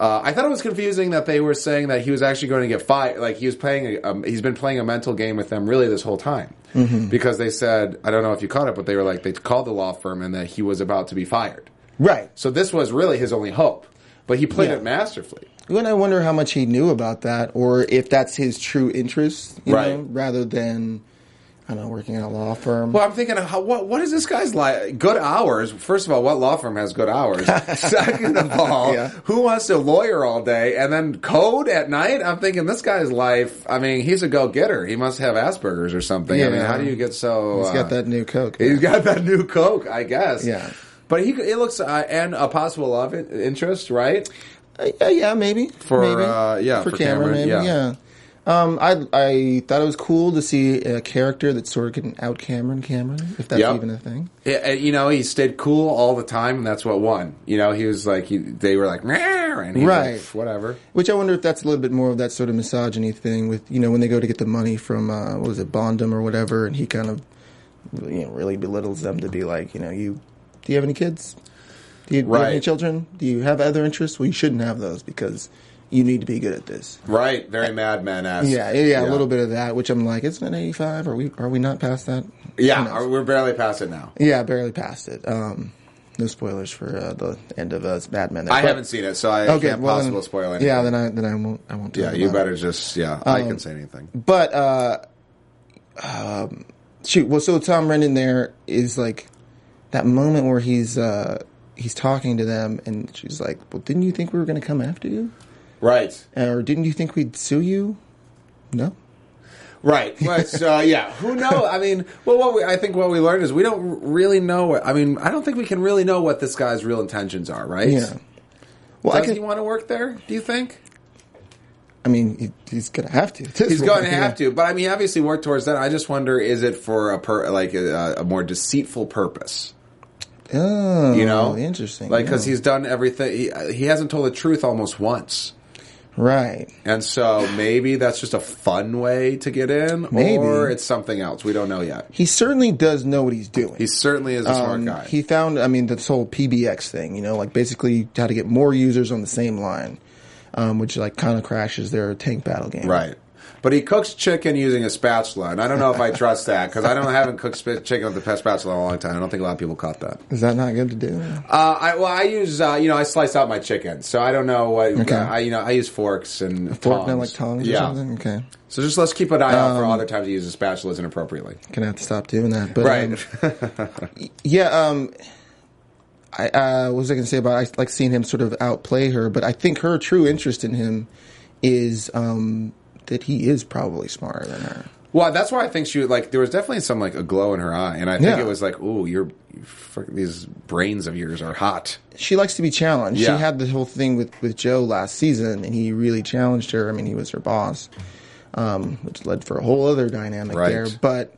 Uh, I thought it was confusing that they were saying that he was actually going to get fired. Like he was playing, a, um, he's been playing a mental game with them really this whole time Mm-hmm. because they said, I don't know if you caught it, but they were like they called the law firm and that he was about to be fired. Right. So this was really his only hope, but he played Yeah. it masterfully. And I wonder how much he knew about that, or if that's his true interest, you Right. know, rather than I don't know, working at a law firm. Well, I'm thinking, how, what what is this guy's like? Good hours. First of all, what law firm has good hours? Second of all, Yeah. who wants to lawyer all day and then code at night? I'm thinking this guy's life. I mean, he's a go getter. He must have Asperger's or something. I mean, Yeah. how do you get so? he's uh, got that new Coke. He's got that new Coke, I guess. Yeah. But he it looks uh, and a possible love in- interest, right? Uh, yeah, yeah, maybe For, maybe. uh, yeah, for, for Cameron, Cameron, maybe yeah. yeah. Um, I I thought it was cool to see a character that sort of can out Cameron Cameron, if that's Yep. even a thing. Yeah, and, Eh, you know, he stayed cool all the time, and that's what won. You know, he was like, he, they were like, "Meow," and he was like, Right. "Pff, whatever. Which I wonder if that's a little bit more of that sort of misogyny thing with you know when they go to get the money from uh, what was it Bondum or whatever, and he kind of you know really belittles them to be like you know you do you have any kids? Do you, do you have any Right. children? Do you have other interests? Well, you shouldn't have those because you need to be good at this. Right. Very Mad Men esque. Yeah, yeah, yeah, a little bit of that, which I'm like, isn't it 85? Are we are we not past that? Who Yeah, knows? we're barely past it now. yeah, barely past it. Um, no spoilers for uh, the end of uh, Bad Men. I haven't seen it, so I can't well, possible then- spoil anything. Yeah, then I then Um, I won't I won't. Talk yeah, you about it. better just yeah. I can say anything. But uh, um, shoot, well, so Tom Rendon there is like that moment where he's uh, he's talking to them, and she's like, "Well, didn't you think we were going to come after you, Right. or didn't you think we'd sue you?" No. Right. But uh, yeah, who knows? I mean, well, what we, I think what we learned is we don't r- really know. What, I mean, I don't think we can really know what this guy's real intentions are. Right. Yeah. Well, Does I could, he want to work there? Do you think? I mean, he, he's going to have to. He's going to have to, but I mean, he obviously work towards that. I just wonder, is it for a per, like a, a more deceitful purpose? Oh, You know, interesting. Like because yeah. he's done everything. He, he hasn't told the truth almost once, right. and so maybe that's just a fun way to get in, Maybe. or it's something else. We don't know yet. He certainly does know what he's doing. He certainly is a smart Um, guy. He found, I mean, this whole PBX thing, you know, like basically how to get more users on the same line, um, which like kind of crashes their tank battle game. Right. But he cooks chicken using a spatula, and I don't know if I trust that because I don't haven't cooked sp- chicken with the spatula in a long time. I don't think a lot of people caught that. Is that not good to do? Uh, I well, I use uh, you know I slice out my chicken, so I don't know what uh, I you know I use forks and Fork tongs. now like tongs or yeah. something? Um, Okay. So just let's keep an eye out for other times to use a spatula inappropriately. Gonna have to stop doing that. But, Right. um, yeah, um, I, uh, what was I gonna say about, I like seeing him sort of outplay her, but I think her true interest in him is, um, that he is probably smarter than her. well, that's why I think she would, like there was definitely some like a glow in her eye, and I think Yeah. it was like, ooh, your you frick- these brains of yours are hot. she likes to be challenged. Yeah. She had the whole thing with, with Joe last season, and he really challenged her. I mean, he was her boss, um, which led for a whole other dynamic Right. there. But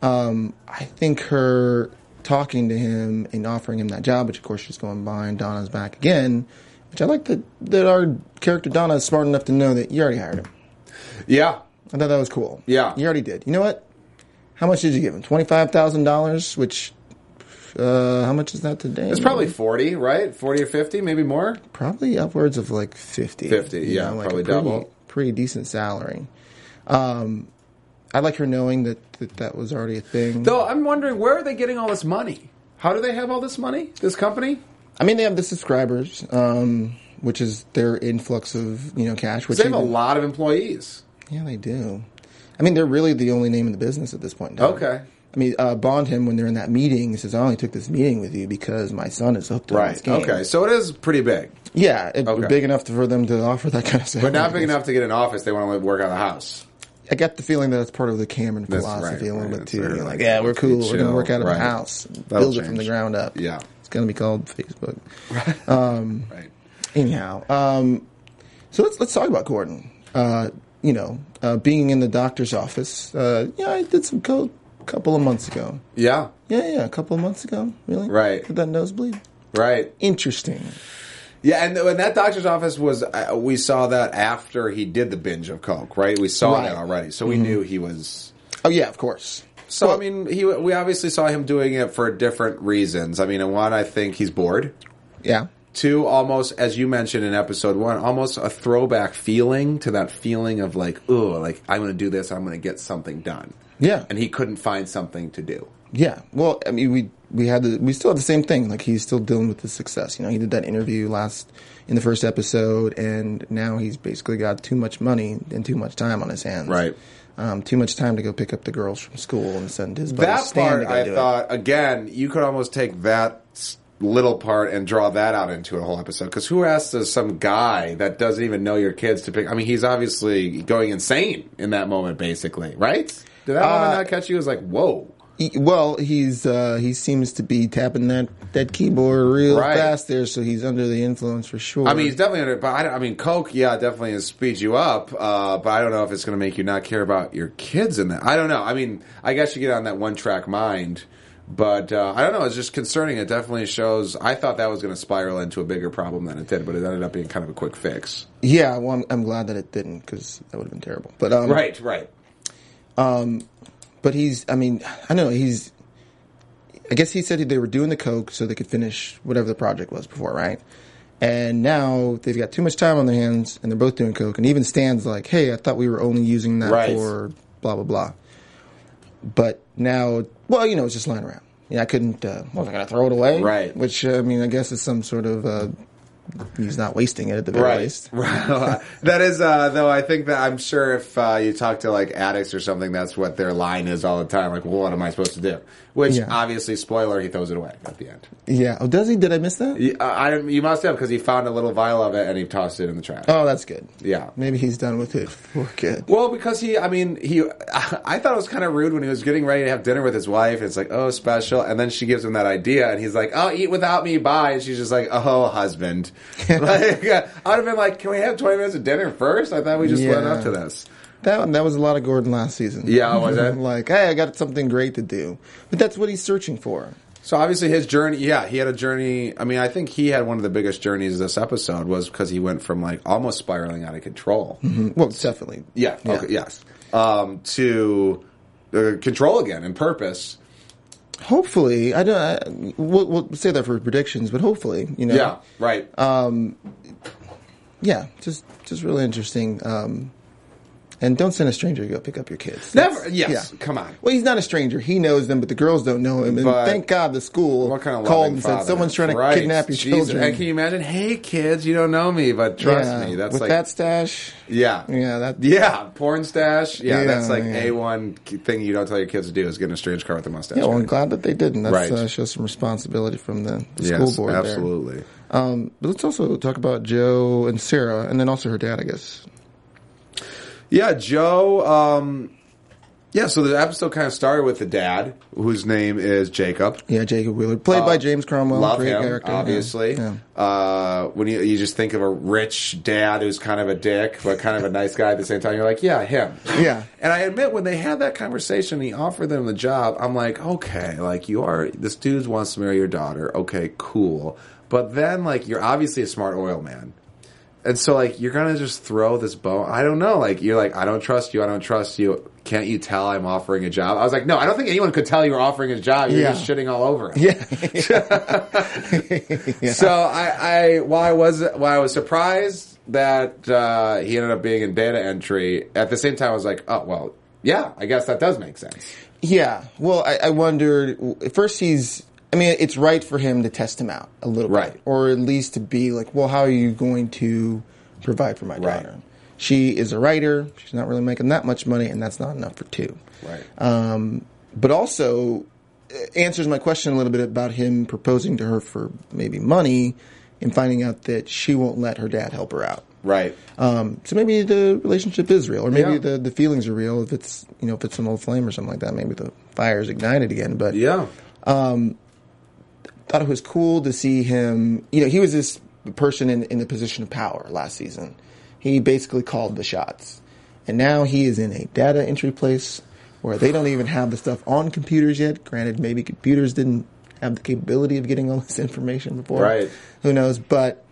um, I think her talking to him and offering him that job, which of course she's going behind Donna's back again, which I like that, that our character Donna is smart enough to know that you already hired him. Yeah. I thought that was cool. Yeah. You already did. You know what? How much did you give him? $25,000, which. Uh, how much is that today? It's probably 40, right? 40 or 50, maybe more. probably upwards of like 50 50, you yeah, a probably pretty, double. pretty decent salary um i like her knowing that that, that was already a thing Though I'm wondering where are they getting all this money? How do they have all this money? This company? i mean they have the subscribers um which is their influx of you know cash which They have a even- lot of employees. yeah they do i mean they're really the only name in the business at this point in time. Okay. I mean, uh, Bond him when they're in that meeting. He says, "I only took this meeting with you because my son is hooked on this game." Okay. So it is pretty big, yeah, it, Okay. big enough for them to offer that kind of stuff. but not big enough to get an office. They want to live, work out of the house. I got the feeling that that's part of the Cameron That's philosophy right, a little right. bit It's too. sort of You're like, like, yeah, we're cool. We're gonna chill, work out of right. the house, That'll build it from the change. ground up. Yeah. it's gonna be called Facebook. Right. Anyhow, um, so let's let's talk about Gordon. Uh, you know, uh, being in the doctor's office. Uh, yeah, I did some code a couple of months ago. Yeah. Yeah, yeah, a couple of months ago. Really? Right. Did that nosebleed? Right. Interesting. Yeah. And when that doctor's office was, uh, we saw that after he did the binge of coke. Right. We saw Right. that already, so we knew he was. Oh yeah, of course. So Well- I mean, he we obviously saw him doing it for different reasons. I mean, in one, I think he's bored. Yeah. Two, almost as you mentioned in episode one, almost a throwback feeling to that feeling of like, oh, like I'm going to do this, I'm going to get something done. Yeah. and he couldn't find something to do. Yeah. Well, I mean, we we had the, we still have the same thing. Like he's still dealing with his success. You know, he did that interview last in the first episode, and now he's basically got too much money and too much time on his hands. Right. Um, too much time to go pick up the girls from school and send his buddy That Stan part, to go do I it. thought, again, you could almost take that s- little part and draw that out into a whole episode. Because who asks us some guy that doesn't even know your kids to pick? I mean, he's Uh, obviously going insane in that moment, basically, right? Did that moment not catch you? It was like, whoa. He- well, he's uh, he seems to be tapping that, that keyboard real Right. fast there, so he's under the influence for sure. I mean, he's definitely under. But I, don't- I mean, coke, yeah, definitely is speed you up. Uh, but I don't know if it's going to make you not care about your kids in that. I don't know. I mean, I guess you get on that one track mind. But uh, I don't know. It's just concerning. It definitely shows. I thought that was going to spiral into a bigger problem than it did, but it ended up being kind of a quick fix. yeah. Well, I'm, I'm glad that it didn't because that would have been terrible. But um, Right. Right. But he's. I mean, I know he's. I guess he said they were doing the coke so they could finish whatever the project was before, right? And now they've got too much time on their hands, and they're both doing coke. And even Stan's like, "Hey, I thought we were only using that Right. for blah blah blah." But now, well, you know, it's just lying around. Yeah, I couldn't. Uh, wasn't gonna throw it away, Right. Which uh, I mean, I guess is some sort of. Uh, he's not wasting it at the very least. Right. that is, uh, though, I think that I'm sure if uh, you talk to like addicts or something, that's what their line is all the time. Like, well, what am I supposed to do? Which, Yeah. obviously, spoiler, he throws it away at the end. Yeah. Oh, does he? Did I miss that? You, I, I don't- you must have because he found a little vial of it and he tossed it in the trash. Oh, that's good. Yeah. Maybe he's done with it for good. Well, because he, I mean, he, I thought it was kind of rude when he was getting ready to have dinner with his wife. It's like, oh, special. And then she gives him that idea and he's like, oh, eat without me, bye. And she's just like, oh, husband. like, uh, I would have been like, can we have 20 minutes of dinner first? I thought we just led Yeah. up to this. That that was a lot of Gordon last season. Yeah, was it? like, hey, I got something great to do, but that's what he's searching for. So obviously his journey, yeah, he had a journey. I mean, I think he had one of the biggest journeys this episode was because he went from like almost spiraling out of control. Well, definitely. Yeah. Okay. Yes. Um, to uh, control again and purpose. Hopefully, I don't. I, we'll, we'll say that for predictions, but hopefully, you know. Yeah. Right. Uh, Yeah. Just just really interesting. Um, and don't send a stranger to go pick up your kids. Never. That's- Yes. yeah. Come on. Well, he's not a stranger. He knows them, but the girls don't know him. And But thank God the school What kind of called loving and father? said someone's trying to Right. kidnap your Jesus. children. And can you imagine? Hey, kids, you don't know me, but trust Yeah, me, that's with like that stash. yeah, Yeah, that yeah, porn stash. Yeah, Yeah, that's like yeah. a one thing you don't tell your kids to do is get in a strange car with a mustache. Yeah, well, I'm right? glad that they didn't. That's Right. uh, shows some responsibility from the, the Yes, school board. there. absolutely. Um, but let's also talk about Joe and Sarah, and then also her dad, I guess. Yeah, Joe. Um, yeah, so the episode kind of started with the dad, whose name is Jacob. Yeah, Jacob Wheeler, played by James Cromwell. Love great him, character. yeah. obviously. Uh, Yeah. Uh, when you, you just think of a rich dad who's kind of a dick, but kind of a nice guy at the same time, you're like, yeah, him. Yeah. And I admit, when they had that conversation, and he offered them the job. I'm like, okay, like you are. This dude wants to marry your daughter. Okay, cool. But then, like, you're obviously a smart oil man. And so, like, you're gonna just throw this bone. I don't know. Like, you're like, I don't trust you. I don't trust you. Can't you tell I'm offering a job? I was like, no, I don't think anyone could tell you were offering a job. You're Yeah. just shitting all over it. Yeah. yeah. So I, I while I was while I was surprised that uh, he ended up being in data entry, at the same time I was like, oh well, yeah, I guess that does make sense. Yeah. Well, I, I wondered. First, he's. I mean, it's right for him to test him out a little Right. bit, or at least to be like, "Well, how are you going to provide for my Right. daughter? She is a writer. She's not really making that much money, and that's not enough for two. Right. Um, but also uh, answers my question a little bit about him proposing to her for maybe money, and finding out that she won't let her dad help her out. Right. Um, so maybe the relationship is real, or maybe Yeah. the, the feelings are real. If it's you know if it's an old flame or something like that, maybe the fire is ignited again. But Yeah. thought it was cool to see him. You know, he was this person in in the position of power last season. He basically called the shots, and now he is in a data entry place where they don't even have the stuff on computers yet. Granted, maybe computers didn't have the capability of getting all this information before. Right. Who knows? But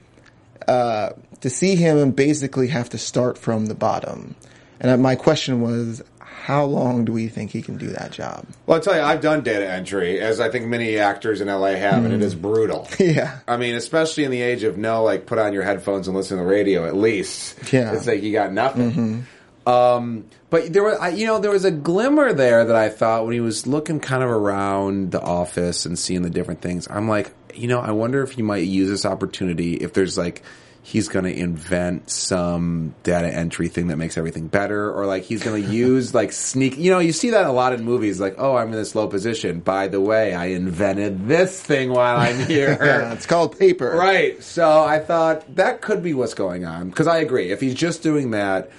uh, to see him basically have to start from the bottom. And I- my question was, how long do we think he can do that job? Well, I'll tell you, I've done data entry, as I think many actors in LA have, and it is brutal. Hmm. Yeah. I mean, especially in the age of no, like put on your headphones and listen to the radio at least. Yeah. Mm-hmm. It's like you got nothing. Um, but there was, I, you know, there was a glimmer there that I thought when he was looking kind of around the office and seeing the different things. I'm like, you know, I wonder if he might use this opportunity if there's like, he's going to invent some data entry thing that makes everything better or like he's going to use like sneak, you know, you see that a lot in movies like, oh, I'm in this low position. By the way, I invented this thing while I'm here. Yeah, Uh, it's called paper. Right. So I thought that could be what's going on because I agree. If he's just doing that,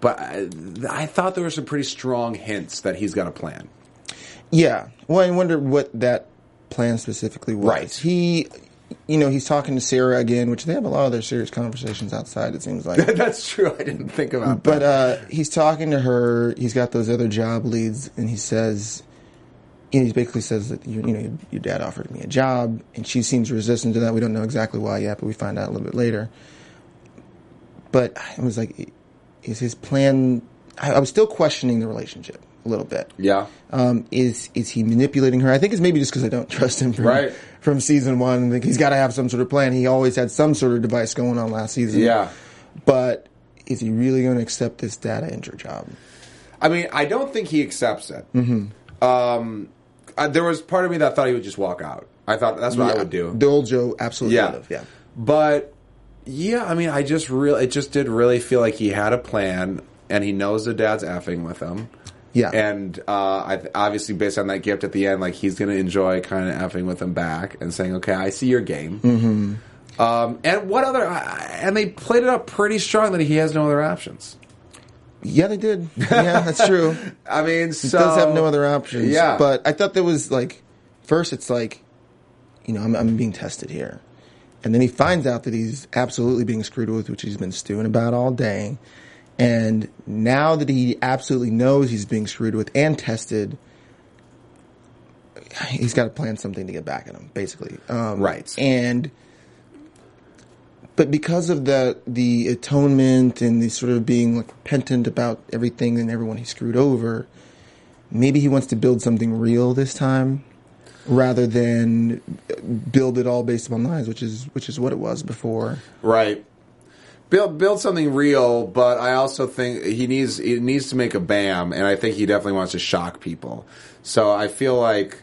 but I, I thought there were some pretty strong hints that he's got a plan. Yeah. Well, I wonder what that plan specifically was. Right. He, you know, he's talking to Sarah again, which they have a lot of their serious conversations outside. It seems like. That's true. I didn't think about that. But uh, he's talking to her. He's got those other job leads, and he says, you know, he basically says that you, you know your dad offered me a job, and she seems resistant to that. We don't know exactly why yet, but we find out a little bit later. But I was like, is his plan? I, I was still questioning the relationship a little bit. Yeah. Um, is is he manipulating her? I think it's maybe just because I don't trust him from, Right. from season one. Like he's got to have some sort of plan. He always had some sort of device going on last season. Yeah. But is he really going to accept this data entry job? I mean, I don't think he accepts it. Um, I, there was part of me that thought he would just walk out. I thought that's what I would do. The old Joe absolutely Yeah. would have. Yeah. But yeah, I mean, I just really, it just did really feel like he had a plan, and he knows the dad's effing with him. Yeah. And uh, I th- obviously, based on that gift at the end, like he's going to enjoy kind of effing with him back and saying, "Okay, I see your game." Mm-hmm. Um, and what other? And they played it up pretty strong that he has no other options. Yeah, they did. Yeah, that's true. I mean, so Does have no other options. Yeah. But I thought there was like, first it's like, you know, I'm, I'm being tested here. And then he finds out that he's absolutely being screwed with, which he's been stewing about all day. And now that he absolutely knows he's being screwed with and tested, he's got to plan something to get back at him, basically. Um, Right. And, but because of the the atonement and the sort of being like repentant about everything and everyone he screwed over, maybe he wants to build something real this time rather than build it all based upon lies, which is which is what it was before. Right. Build build something real, but I also think he needs he needs to make a bam, and I think he definitely wants to shock people. So I feel like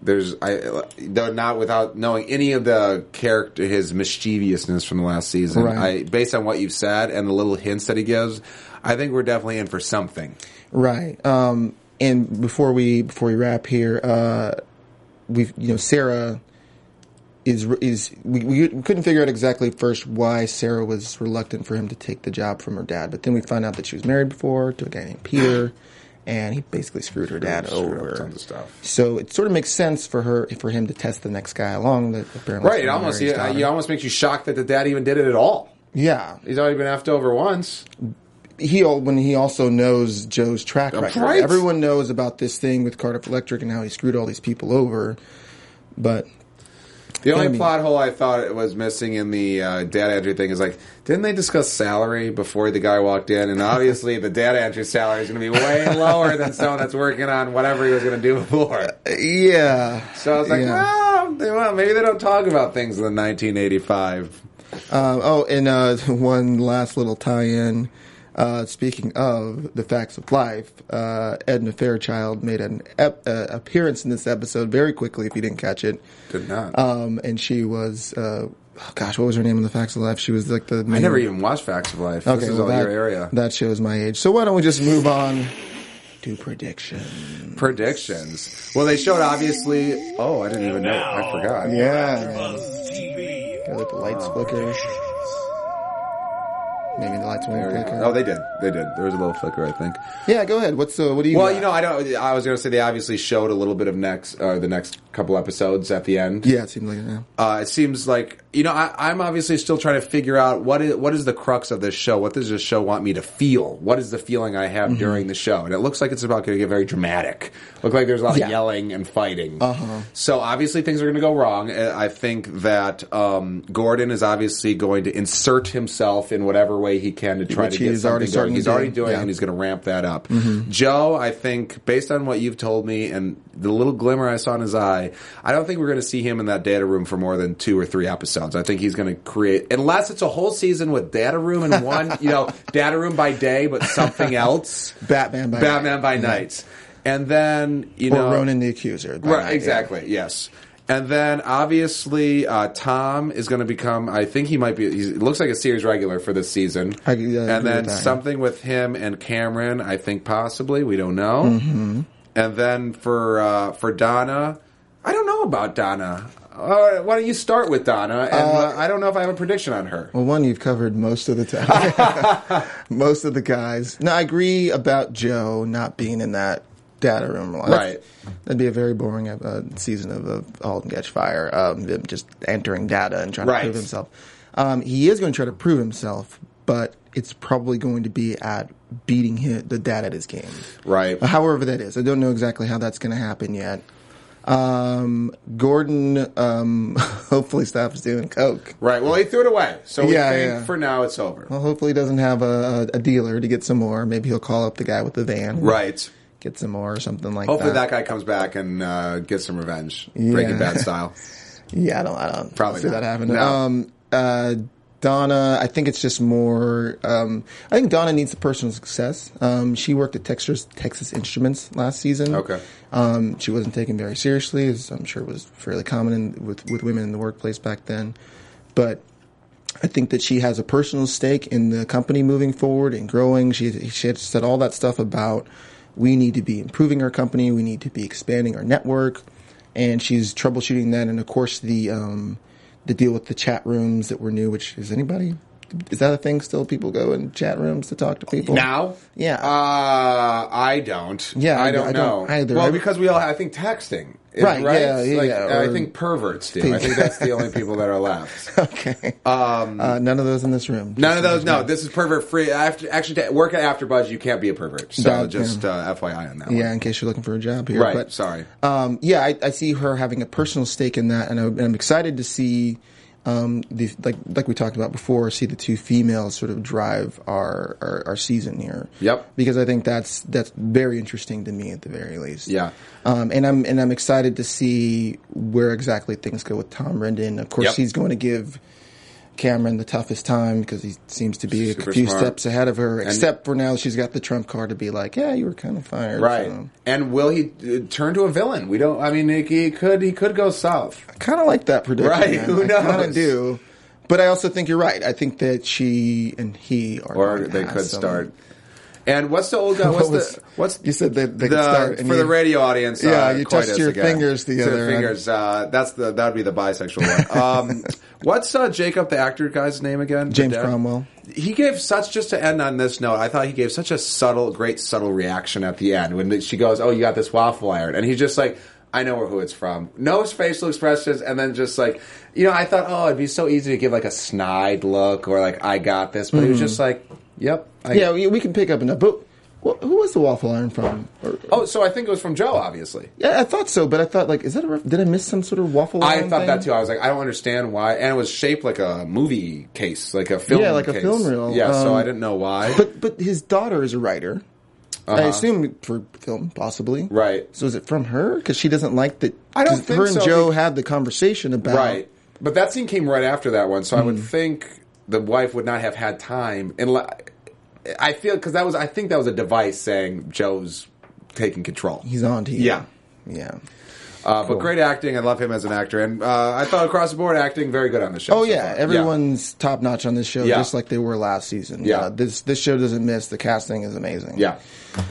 there's I though not without knowing any of the character his mischievousness from the last season. Right. I based on what you've said and the little hints that he gives, I think we're definitely in for something. Right. Um, and before we before we wrap here, uh, we've you know Sarah is is we, we couldn't figure out exactly first why Sarah was reluctant for him to take the job from her dad, but then we find out that she was married before to a guy named Peter, and he basically screwed her dad Screwed up over. tons of stuff. So it sort of makes sense for her for him to test the next guy along. That apparently Right, it is almost Mary's it, daughter. it almost makes you shocked that the dad even did it at all. yeah. He's already been effed over once. he al- when he also knows Joe's track record. right. Everyone knows about this thing with Cardiff Electric and how he screwed all these people over. But The only I mean- plot hole I thought it was missing in the uh, data entry thing is like, didn't they discuss salary before the guy walked in? And obviously, the data entry salary is going to be way lower than someone that's working on whatever he was going to do before. yeah, So I was like, Yeah. well, they, well, maybe they don't talk about things in the 1985. Um, oh, and uh, one last little tie-in. Uh, speaking of the facts of life, uh, Edna Fairchild made an ep- uh, appearance in this episode very quickly. If you didn't catch it, Did not. um, and she was, uh, oh gosh, what was her name in the facts of life? She was like the. Main, I never even watched Facts of Life. this is well, all that, your area. That shows my age. So why don't we just move on to prediction? Predictions. Well, they showed obviously. Oh, I didn't even know. I forgot. Yeah. Gotta let the lights Oh. flicker. Maybe the lights won't There we flicker. go. Oh, they did. They did. There was a little flicker, I think. yeah, go ahead. What's uh, what do you? Well, got? you know, I don't. I was going to say they obviously showed a little bit of next, uh, the next couple episodes at the end. Yeah, it seems like it. Yeah. Uh, it seems like you know, I, I'm obviously still trying to figure out what is what is the crux of this show. What does this show want me to feel? What is the feeling I Mm-hmm. have during the show? And it looks like it's about going to get very dramatic. Look like there's a lot Yeah. Uh-huh. of yelling and fighting. So obviously things are going to go wrong. Uh, I think that um, Gordon is obviously going to insert himself in whatever way he can to try Which to get he is already something starting going. to He's already do, doing, it, yeah. and he's going to ramp that up. Mm-hmm. Joe, I think, based on what you've told me and the little glimmer I saw in his eye, I don't think we're going to see him in that data room for more than two or three episodes. I think he's going to create, unless it's a whole season with data room and one, you know, data room by day, but something else. Batman by Night. Batman by night. And then, you or know. Ronan the Accuser. by Right, night, yeah. exactly. Yes. And then obviously uh, Tom is going to become. I think he might be. He looks like a series regular for this season. I- yeah, I agree and then with that, yeah. something with him and Cameron. I think possibly we don't know. Mm-hmm. And then for uh, for Donna, I don't know about Donna. Uh, why don't you start with Donna? And uh, I don't know if I have a prediction on her. Well, one you've covered most of the time. most of the guys. No, I agree about Joe not being in that dad I remember. Like, Right. That'd be a very boring uh, season of, of Halt and Catch Fire. Um, him just entering data and trying Right. to prove himself. Um, he is going to try to prove himself, but it's probably going to be at beating his, the dad at his game. Right. However, that is. I don't know exactly how that's going to happen yet. Um, Gordon, um, hopefully stops doing coke. Right. Well, he threw it away. So we Yeah, think yeah. for now it's over. Well, hopefully he doesn't have a, a dealer to get some more. Maybe he'll call up the guy with the van. Right. Get some more or something like Hopefully that. that guy comes back and uh, gets some revenge, Breaking Uh, Yeah. Bad style. Yeah, I don't, I don't Probably see not. that happening. No. Um, uh, Donna, I think it's just more. Um, I think Donna needs the personal success. Um, she worked at Texas Texas Instruments last season. Okay. Um, she wasn't taken very seriously, as I'm sure was fairly common in, with with women in the workplace back then. But I think that she has a personal stake in the company moving forward and growing. She, she had said all that stuff about we need to be improving our company, we need to be expanding our network, and she's troubleshooting that. And of course, the um, the deal with the chat rooms that were new, which is anybody is that a thing still? People go in chat rooms to talk to people Now? Yeah. Uh, I don't. Yeah, I I- don't I know don't either. Well, I- because we all, I think texting. is- Right, yeah, It's yeah, like, yeah, I or- think perverts do. I think that's the only people that are left. Okay. Um, uh, none of those in this room. None of those. No, this is pervert free. After actually, to work at AfterBuzz, you can't be a pervert. So That- just uh, FYI on that. Yeah, one. in case you're looking for a job here. Right. But, sorry. um, yeah, I, I see her having a personal stake in that, and I'm, and I'm excited to see, um, the, like like we talked about before, see the two females sort of drive our, our, our season here. Yep. Because I think that's that's very interesting to me at the very least. Yeah. Um, and I'm and I'm excited to see where exactly things go with Tom Rendon. Of course, Yep. he's going to give. Cameron the toughest time because he seems to be Super a few smart. steps ahead of her. Except for now, she's got the trump card to be like, "Yeah, you were kind of fired." Right. so. And will he uh, turn to a villain? We don't. I mean, he, he could. He could go south. kind of like that prediction. Right, man. who I kind knows? of do. But I also think you're right. I think that she and he are. or going to they have could some- start. And what's the old guy? ah, What's What was- the what's you said that they could the- start for and the you- radio audience? Yeah, uh, you coitus touched your again. fingers the To other end. fingers. Uh, that's the that would be the bisexual one. Um, what's uh, Jacob the actor guy's name again? The James dad? Cromwell. He gave such just to end on this note. I thought he gave such a subtle, great subtle reaction at the end when she goes, "Oh, you got this waffle iron," and he's just like. I know who it's from. No facial expressions, and then just like you know, I thought, oh, it'd be so easy to give like a snide look or like I got this, but he was just like, "Yep, I Mm-hmm. Yeah, we, we can pick up enough. But wh- who was the waffle iron from? Or, Oh, so I think it was from Joe, obviously. yeah, I thought so, but I thought like, is that a ref- did I miss some sort of waffle? I iron thought thing? that too. I was like, I don't understand why. And it was shaped like a movie case, like a film. Yeah, like a case. film reel. Yeah, so Um, I didn't know why. But but his daughter is a writer. I assume for film, possibly. Uh-huh. Right. So is it from her? Because she doesn't like that. I don't 'cause think her and so, Joe be- had the conversation about right. But that scene came right after that one, so I would Hmm. think the wife would not have had time. And li- I feel because that was, I think that was a device saying Joe's taking control. he's on to you. Yeah. yeah. Uh, But great acting. I love him as an actor, and uh, I thought across the board acting very good on the show. Oh so yeah, far. everyone's top notch on this show, Yeah. just like they were last season. Yeah. Uh, this this show doesn't miss. The casting is amazing. Yeah.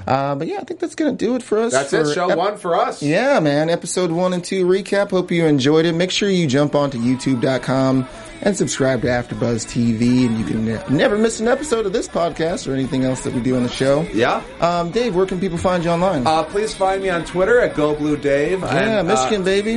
uh, but yeah, I think that's gonna do it for us. That's it. for Show ep- one for us. Yeah, man. Episode one and two recap. Hope you enjoyed it. Make sure you jump onto YouTube.com and subscribe to AfterBuzz TV, and you can ne- never miss an episode of this podcast or anything else that we do on the show. Yeah. Um, Dave, where can people find you online? Uh, please find me on Twitter at GoBlueDave. uh, Yeah, Michigan, baby.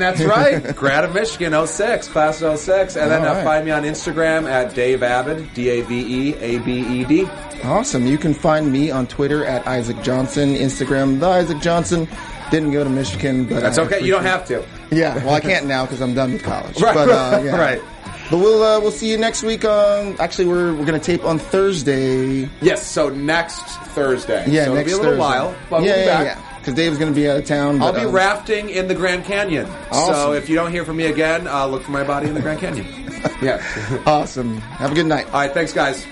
that's right. Grad of Michigan, 06, class of 06. And then All uh, right. find me on Instagram at Dave Abbott, E D-A-V-E-A-B-E-D. Awesome. You can find me on Twitter at Isaac Johnson, Instagram the Isaac Johnson. Didn't go to Michigan, but That's I okay, you don't have to. Yeah, well, I can't now because I'm done with college. Right, but, uh, yeah. right. But we'll uh, we'll see you next week. On actually, we're we're gonna tape on Thursday. Yes, so next Thursday. Yeah, so next it'll be a little Thursday. while, but yeah, we'll be yeah, back. Because Dave's gonna be out of town. I'll but, be um, rafting in the Grand Canyon. So Awesome. if you don't hear from me again, uh, look for my body in the Grand Canyon. yeah. Awesome. Have a good night. All right, thanks, guys.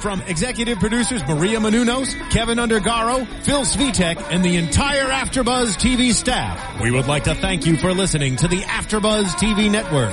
From executive producers Maria Menounos, Kevin Undergaro, Phil Svitek, and the entire AfterBuzz TV staff, we would like to thank you for listening to the AfterBuzz TV network.